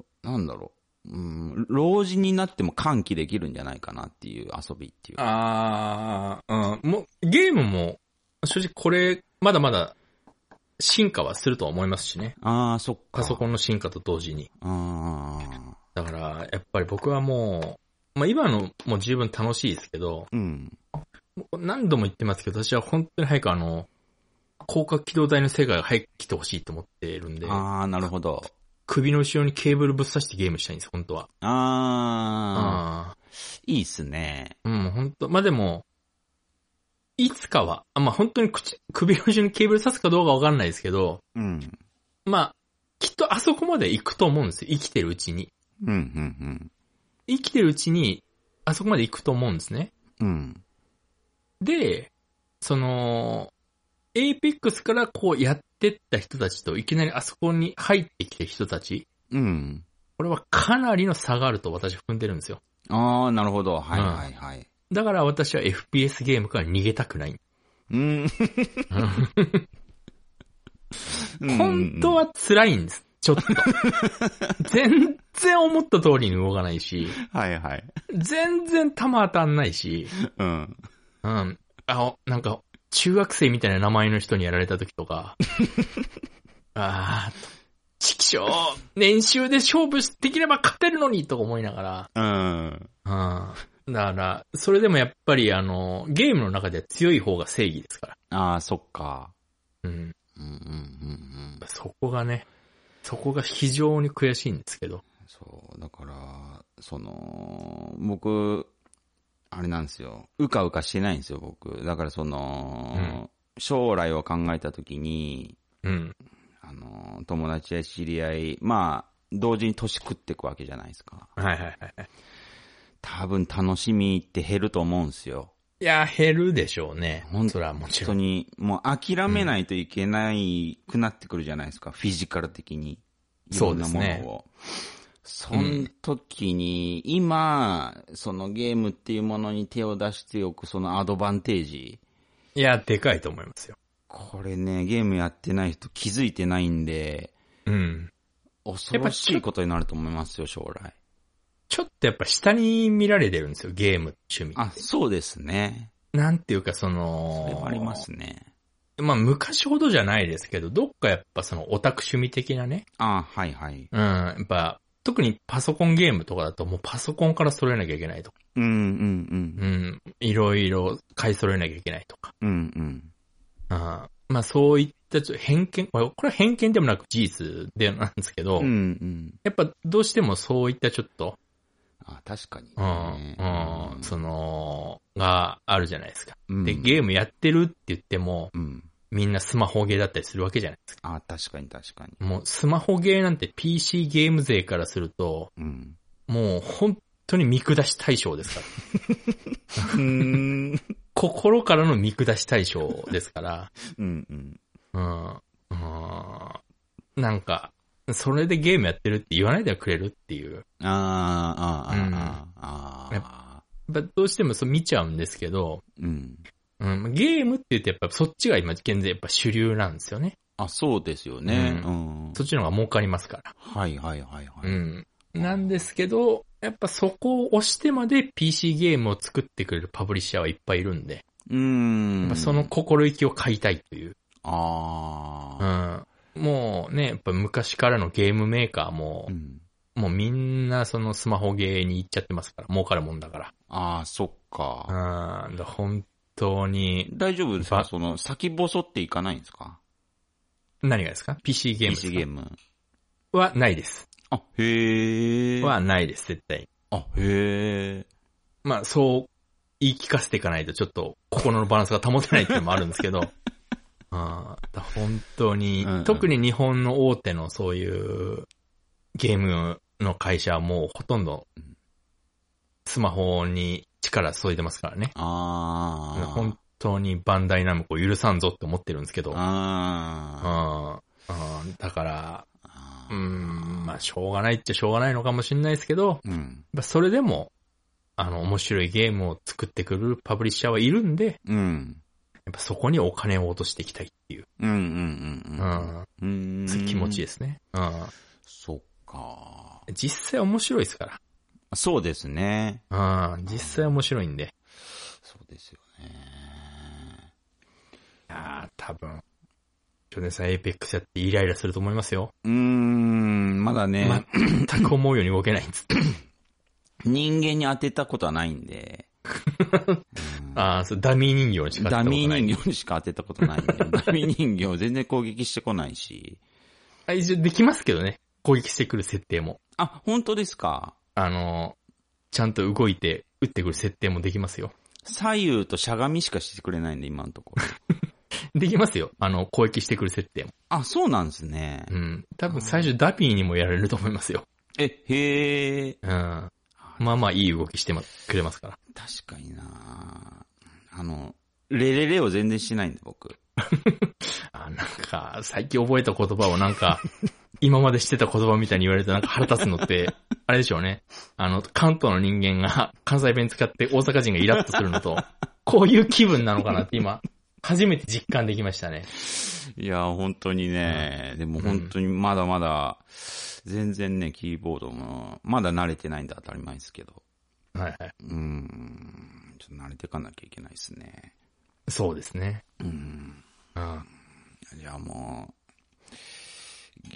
Speaker 2: う、なんだろう、うん、老人になっても歓喜できるんじゃないかなっていう遊びっていうか。
Speaker 1: ああ、うん。もう、ゲームも、正直これ、まだまだ、進化はするとは思いますしね。
Speaker 2: ああ、そっか。
Speaker 1: パソコンの進化と同時に。
Speaker 2: ああ。
Speaker 1: だから、やっぱり僕はもう、まあ今のも十分楽しいですけど、
Speaker 2: うん。
Speaker 1: 何度も言ってますけど、私は本当に早くあの、広角機動隊の世界が早く来てほしいと思ってるんで、
Speaker 2: ああ、なるほど。
Speaker 1: 首の後ろにケーブルぶっ刺してゲームしたいんです、本当は。
Speaker 2: ああ、
Speaker 1: あ
Speaker 2: いいっすね。
Speaker 1: あ。うん、本当まあでも、いつかは、あまあ本当に口首の後ろにケーブル刺すかどうかわかんないですけど、
Speaker 2: うん。
Speaker 1: まあ、きっとあそこまで行くと思うんですよ、生きてるうちに。
Speaker 2: うん、うん、
Speaker 1: 生きてるうちに、あそこまで行くと思うんですね。
Speaker 2: うん。うん。
Speaker 1: で、その、エイペックスからこうやってった人たちといきなりあそこに入ってきて人たち、
Speaker 2: うん。
Speaker 1: これはかなりの差があると私は踏んでるんですよ。
Speaker 2: ああ、なるほど。はい、はい、はい。
Speaker 1: だから私は FPS ゲームから逃げたくない。
Speaker 2: うん。
Speaker 1: 本当は辛いんです。ちょっと。全然思った通りに動かないし、
Speaker 2: はい、はい。
Speaker 1: 全然弾当たんないし、
Speaker 2: うん。
Speaker 1: うん。あ、おなんか、中学生みたいな名前の人にやられた時とか、ああ、畜生、練習で勝負できれば勝てるのにとか思いなが
Speaker 2: うん。
Speaker 1: ら、うん。だから、それでもやっぱりあの、ゲームの中では強い方が正義ですから。
Speaker 2: ああ、そっか。
Speaker 1: うん。
Speaker 2: うん、うん、うん、うん。
Speaker 1: そこがね、そこが非常に悔しいんですけど。
Speaker 2: そう、だから、その、僕、あれなんですよ。うかうかしてないんですよ、僕。だからその、将来を考えたときに、
Speaker 1: うん。
Speaker 2: あの、友達や知り合い、まあ、同時に年食っていくわけじゃないですか。
Speaker 1: はいはいはいはい。
Speaker 2: 多分楽しみって減ると思うんですよ。
Speaker 1: いや、減るでしょうね。
Speaker 2: ほん
Speaker 1: それはもち
Speaker 2: 本
Speaker 1: ろん。
Speaker 2: 当に、もう諦めないといけないくなってくるじゃないですか、フィジカル的に。いろんなものを。その時に、今、そのゲームっていうものに手を出しておくそのアドバンテージ。
Speaker 1: いや、でかいと思いますよ。
Speaker 2: これね、ゲームやってない人気づいてないんで、
Speaker 1: うん。
Speaker 2: 恐ろしいことになると思いますよ、将来。
Speaker 1: ちょっとやっぱ下に見られてるんですよ、ゲーム、趣味。
Speaker 2: あ、そうですね。
Speaker 1: なんていうかそ
Speaker 2: それ
Speaker 1: の、
Speaker 2: はありますね。
Speaker 1: まあ昔ほどじゃないですけど、どっかやっぱそのオタク趣味的なね、
Speaker 2: あ、はいはい。
Speaker 1: うん、やっぱ、特にパソコンゲームとかだともうパソコンから揃えなきゃいけないとか、
Speaker 2: うんうん
Speaker 1: う
Speaker 2: う。
Speaker 1: んん、いろいろ買い揃えなきゃいけないとか、
Speaker 2: うんうん。
Speaker 1: あーまあそういったちょっと偏見、まあこれは偏見でもなく事実でなんですけど、
Speaker 2: うんうん。
Speaker 1: やっぱどうしてもそういったちょっと、
Speaker 2: あ、確かにね、
Speaker 1: うん、うん、その、があるじゃないですか。
Speaker 2: うん
Speaker 1: で、ゲームやってるって言っても、
Speaker 2: うん。
Speaker 1: みんなスマホゲーだったりするわけじゃないですか。
Speaker 2: あ、確かに確かに。
Speaker 1: もうスマホゲーなんて PC ゲーム勢からすると、
Speaker 2: うん。
Speaker 1: もう本当に見下し対象です から。
Speaker 2: うん。
Speaker 1: 心からの見下し対象ですから。
Speaker 2: うん。
Speaker 1: うん。うん。なんか、それでゲームやってるって言わないでくれるっていう。
Speaker 2: ああ、ああ、ああ、ああ。
Speaker 1: やっぱどうしてもそう見ちゃうんですけど、
Speaker 2: うん。
Speaker 1: うん、ゲームって言ってやっぱそっちが今現在やっぱ主流なんですよね。
Speaker 2: あ、そうですよね。うん。
Speaker 1: そっちの方が儲かりますから。
Speaker 2: はいはいはいは
Speaker 1: う
Speaker 2: い。
Speaker 1: ん。なんですけど、やっぱそこを押してまで PC ゲームを作ってくれるパブリッシャーはいっぱいいるんで、
Speaker 2: うん。
Speaker 1: やっぱその、心意気を買いたいという。う
Speaker 2: ああ。
Speaker 1: ん。もうね、やっぱ昔からのゲームメーカーも
Speaker 2: う、ん。
Speaker 1: もうみんなそのスマホゲーに行っちゃってますから、儲かるもんだか
Speaker 2: ああ、そっか。
Speaker 1: ら。うん。だから本当に、
Speaker 2: 大丈夫ですかその、先細っていかないんですか
Speaker 1: 何がですか ?PC ゲームですか
Speaker 2: ?PC ゲーム。
Speaker 1: はないです。
Speaker 2: あ、へえ。
Speaker 1: は、ないです、絶対に。
Speaker 2: あ、へえ。
Speaker 1: まあ、そう言い聞かせていかないと、ちょっと心のバランスが保てないっていうのもあるんです けど、あーだ本当に、
Speaker 2: うんうん
Speaker 1: 特に日本の大手のそういうゲームの会社はもうほとんどスマホに力注いでますからね。
Speaker 2: あ
Speaker 1: 本当にバンダイナムコを許さんぞって思ってるんですけど、
Speaker 2: あ。
Speaker 1: あ
Speaker 2: あ
Speaker 1: ーあーだから、
Speaker 2: あ
Speaker 1: うー。ん、まあ、しょうがないっちゃしょうがないのかもしれないですけど、
Speaker 2: うん。
Speaker 1: まあそれでも、あの、面白いゲームを作ってくるパブリッシャーはいるんで、
Speaker 2: うん。
Speaker 1: やっぱそこにお金を落としていきたいっていう、
Speaker 2: うんうんうん
Speaker 1: う
Speaker 2: うん。
Speaker 1: ん、
Speaker 2: うーん
Speaker 1: そういう気持ちですね。うん。
Speaker 2: そっか。
Speaker 1: 実際面白いですか
Speaker 2: そうですね。
Speaker 1: ら。うん。実際面白いんで。
Speaker 2: そうですよね。
Speaker 1: いやー多分、少年さんエイペックスやってイライラすると思いますよ。
Speaker 2: うーん、まだね、
Speaker 1: 全く思うように動けないんです。
Speaker 2: 人間に当てたことはないんで、
Speaker 1: ああ、そう、ダミー人形にしか
Speaker 2: ダミー
Speaker 1: 形。
Speaker 2: 人形にしか当てたことない んで、ダミー人形全然攻撃してこないし。
Speaker 1: あ一応できますけどね。攻撃してくる設定も。
Speaker 2: あ、本当ですか
Speaker 1: あの、ちゃんと動いて、打ってくる設定もできますよ。
Speaker 2: 左右としゃがみしかしてくれないんで、今の ところ。
Speaker 1: できますよ。あの、攻撃してくる設定も。
Speaker 2: あ、そうなんですね
Speaker 1: う。ん。多分最初ダピーにもやられると思いますよ。
Speaker 2: え、へえ。
Speaker 1: うん。まあまあいい動きしてまくれますから。
Speaker 2: 確かになあの、レレレを全然しないんで、僕。
Speaker 1: あ、なんか、最近覚えた言葉をなん か、今までしてた言葉みたいに言われるとなんか腹立つのって、あれでしょうね。あの、関東の人間が関西弁使って大阪人がイラッとするのと、こういう気分なのかなって今、初めて実感できましたね。
Speaker 2: いや、本当にね、でも本当にまだまだ、全然ね、キーボードも、まだ慣れてないんで当たり前ですけど。
Speaker 1: はいはい。
Speaker 2: うん、ちょっと慣れていかなきゃいけないですね。
Speaker 1: そうですね。
Speaker 2: う
Speaker 1: う
Speaker 2: ん。
Speaker 1: ん。
Speaker 2: じゃあもう、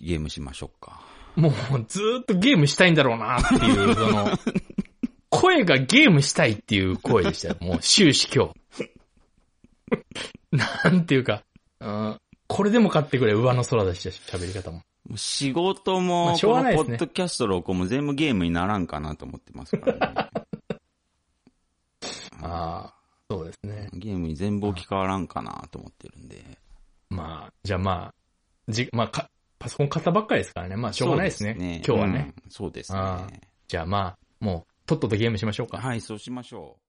Speaker 2: ゲームしましょうか。
Speaker 1: もうずーっとゲームしたいんだろうなって いう、その、声がゲームしたいっていう声でしたよ。もう終始今日。 なんていうか、うん、これでも買ってくれ、上の空でしたし、喋り方も。
Speaker 2: もう仕
Speaker 1: ま
Speaker 2: 事も
Speaker 1: あ、しょう
Speaker 2: こ
Speaker 1: が
Speaker 2: の
Speaker 1: ないで
Speaker 2: ポ
Speaker 1: すね
Speaker 2: ッドキャスト録音も全部ゲームにならんかなと思ってますからね。
Speaker 1: ああ、そうです ね。
Speaker 2: ゲームに全部置き換わらんかなと思ってるんで。
Speaker 1: まあ、じゃあまあ、じ、まあか、パソコン買ったばっかりですからね。まあ、しょうがないですね。今日はね。
Speaker 2: うん。そうです
Speaker 1: ああ
Speaker 2: ね。
Speaker 1: じゃあまあ、もう、とっととゲームしましょうか。
Speaker 2: はい、そうしましょう。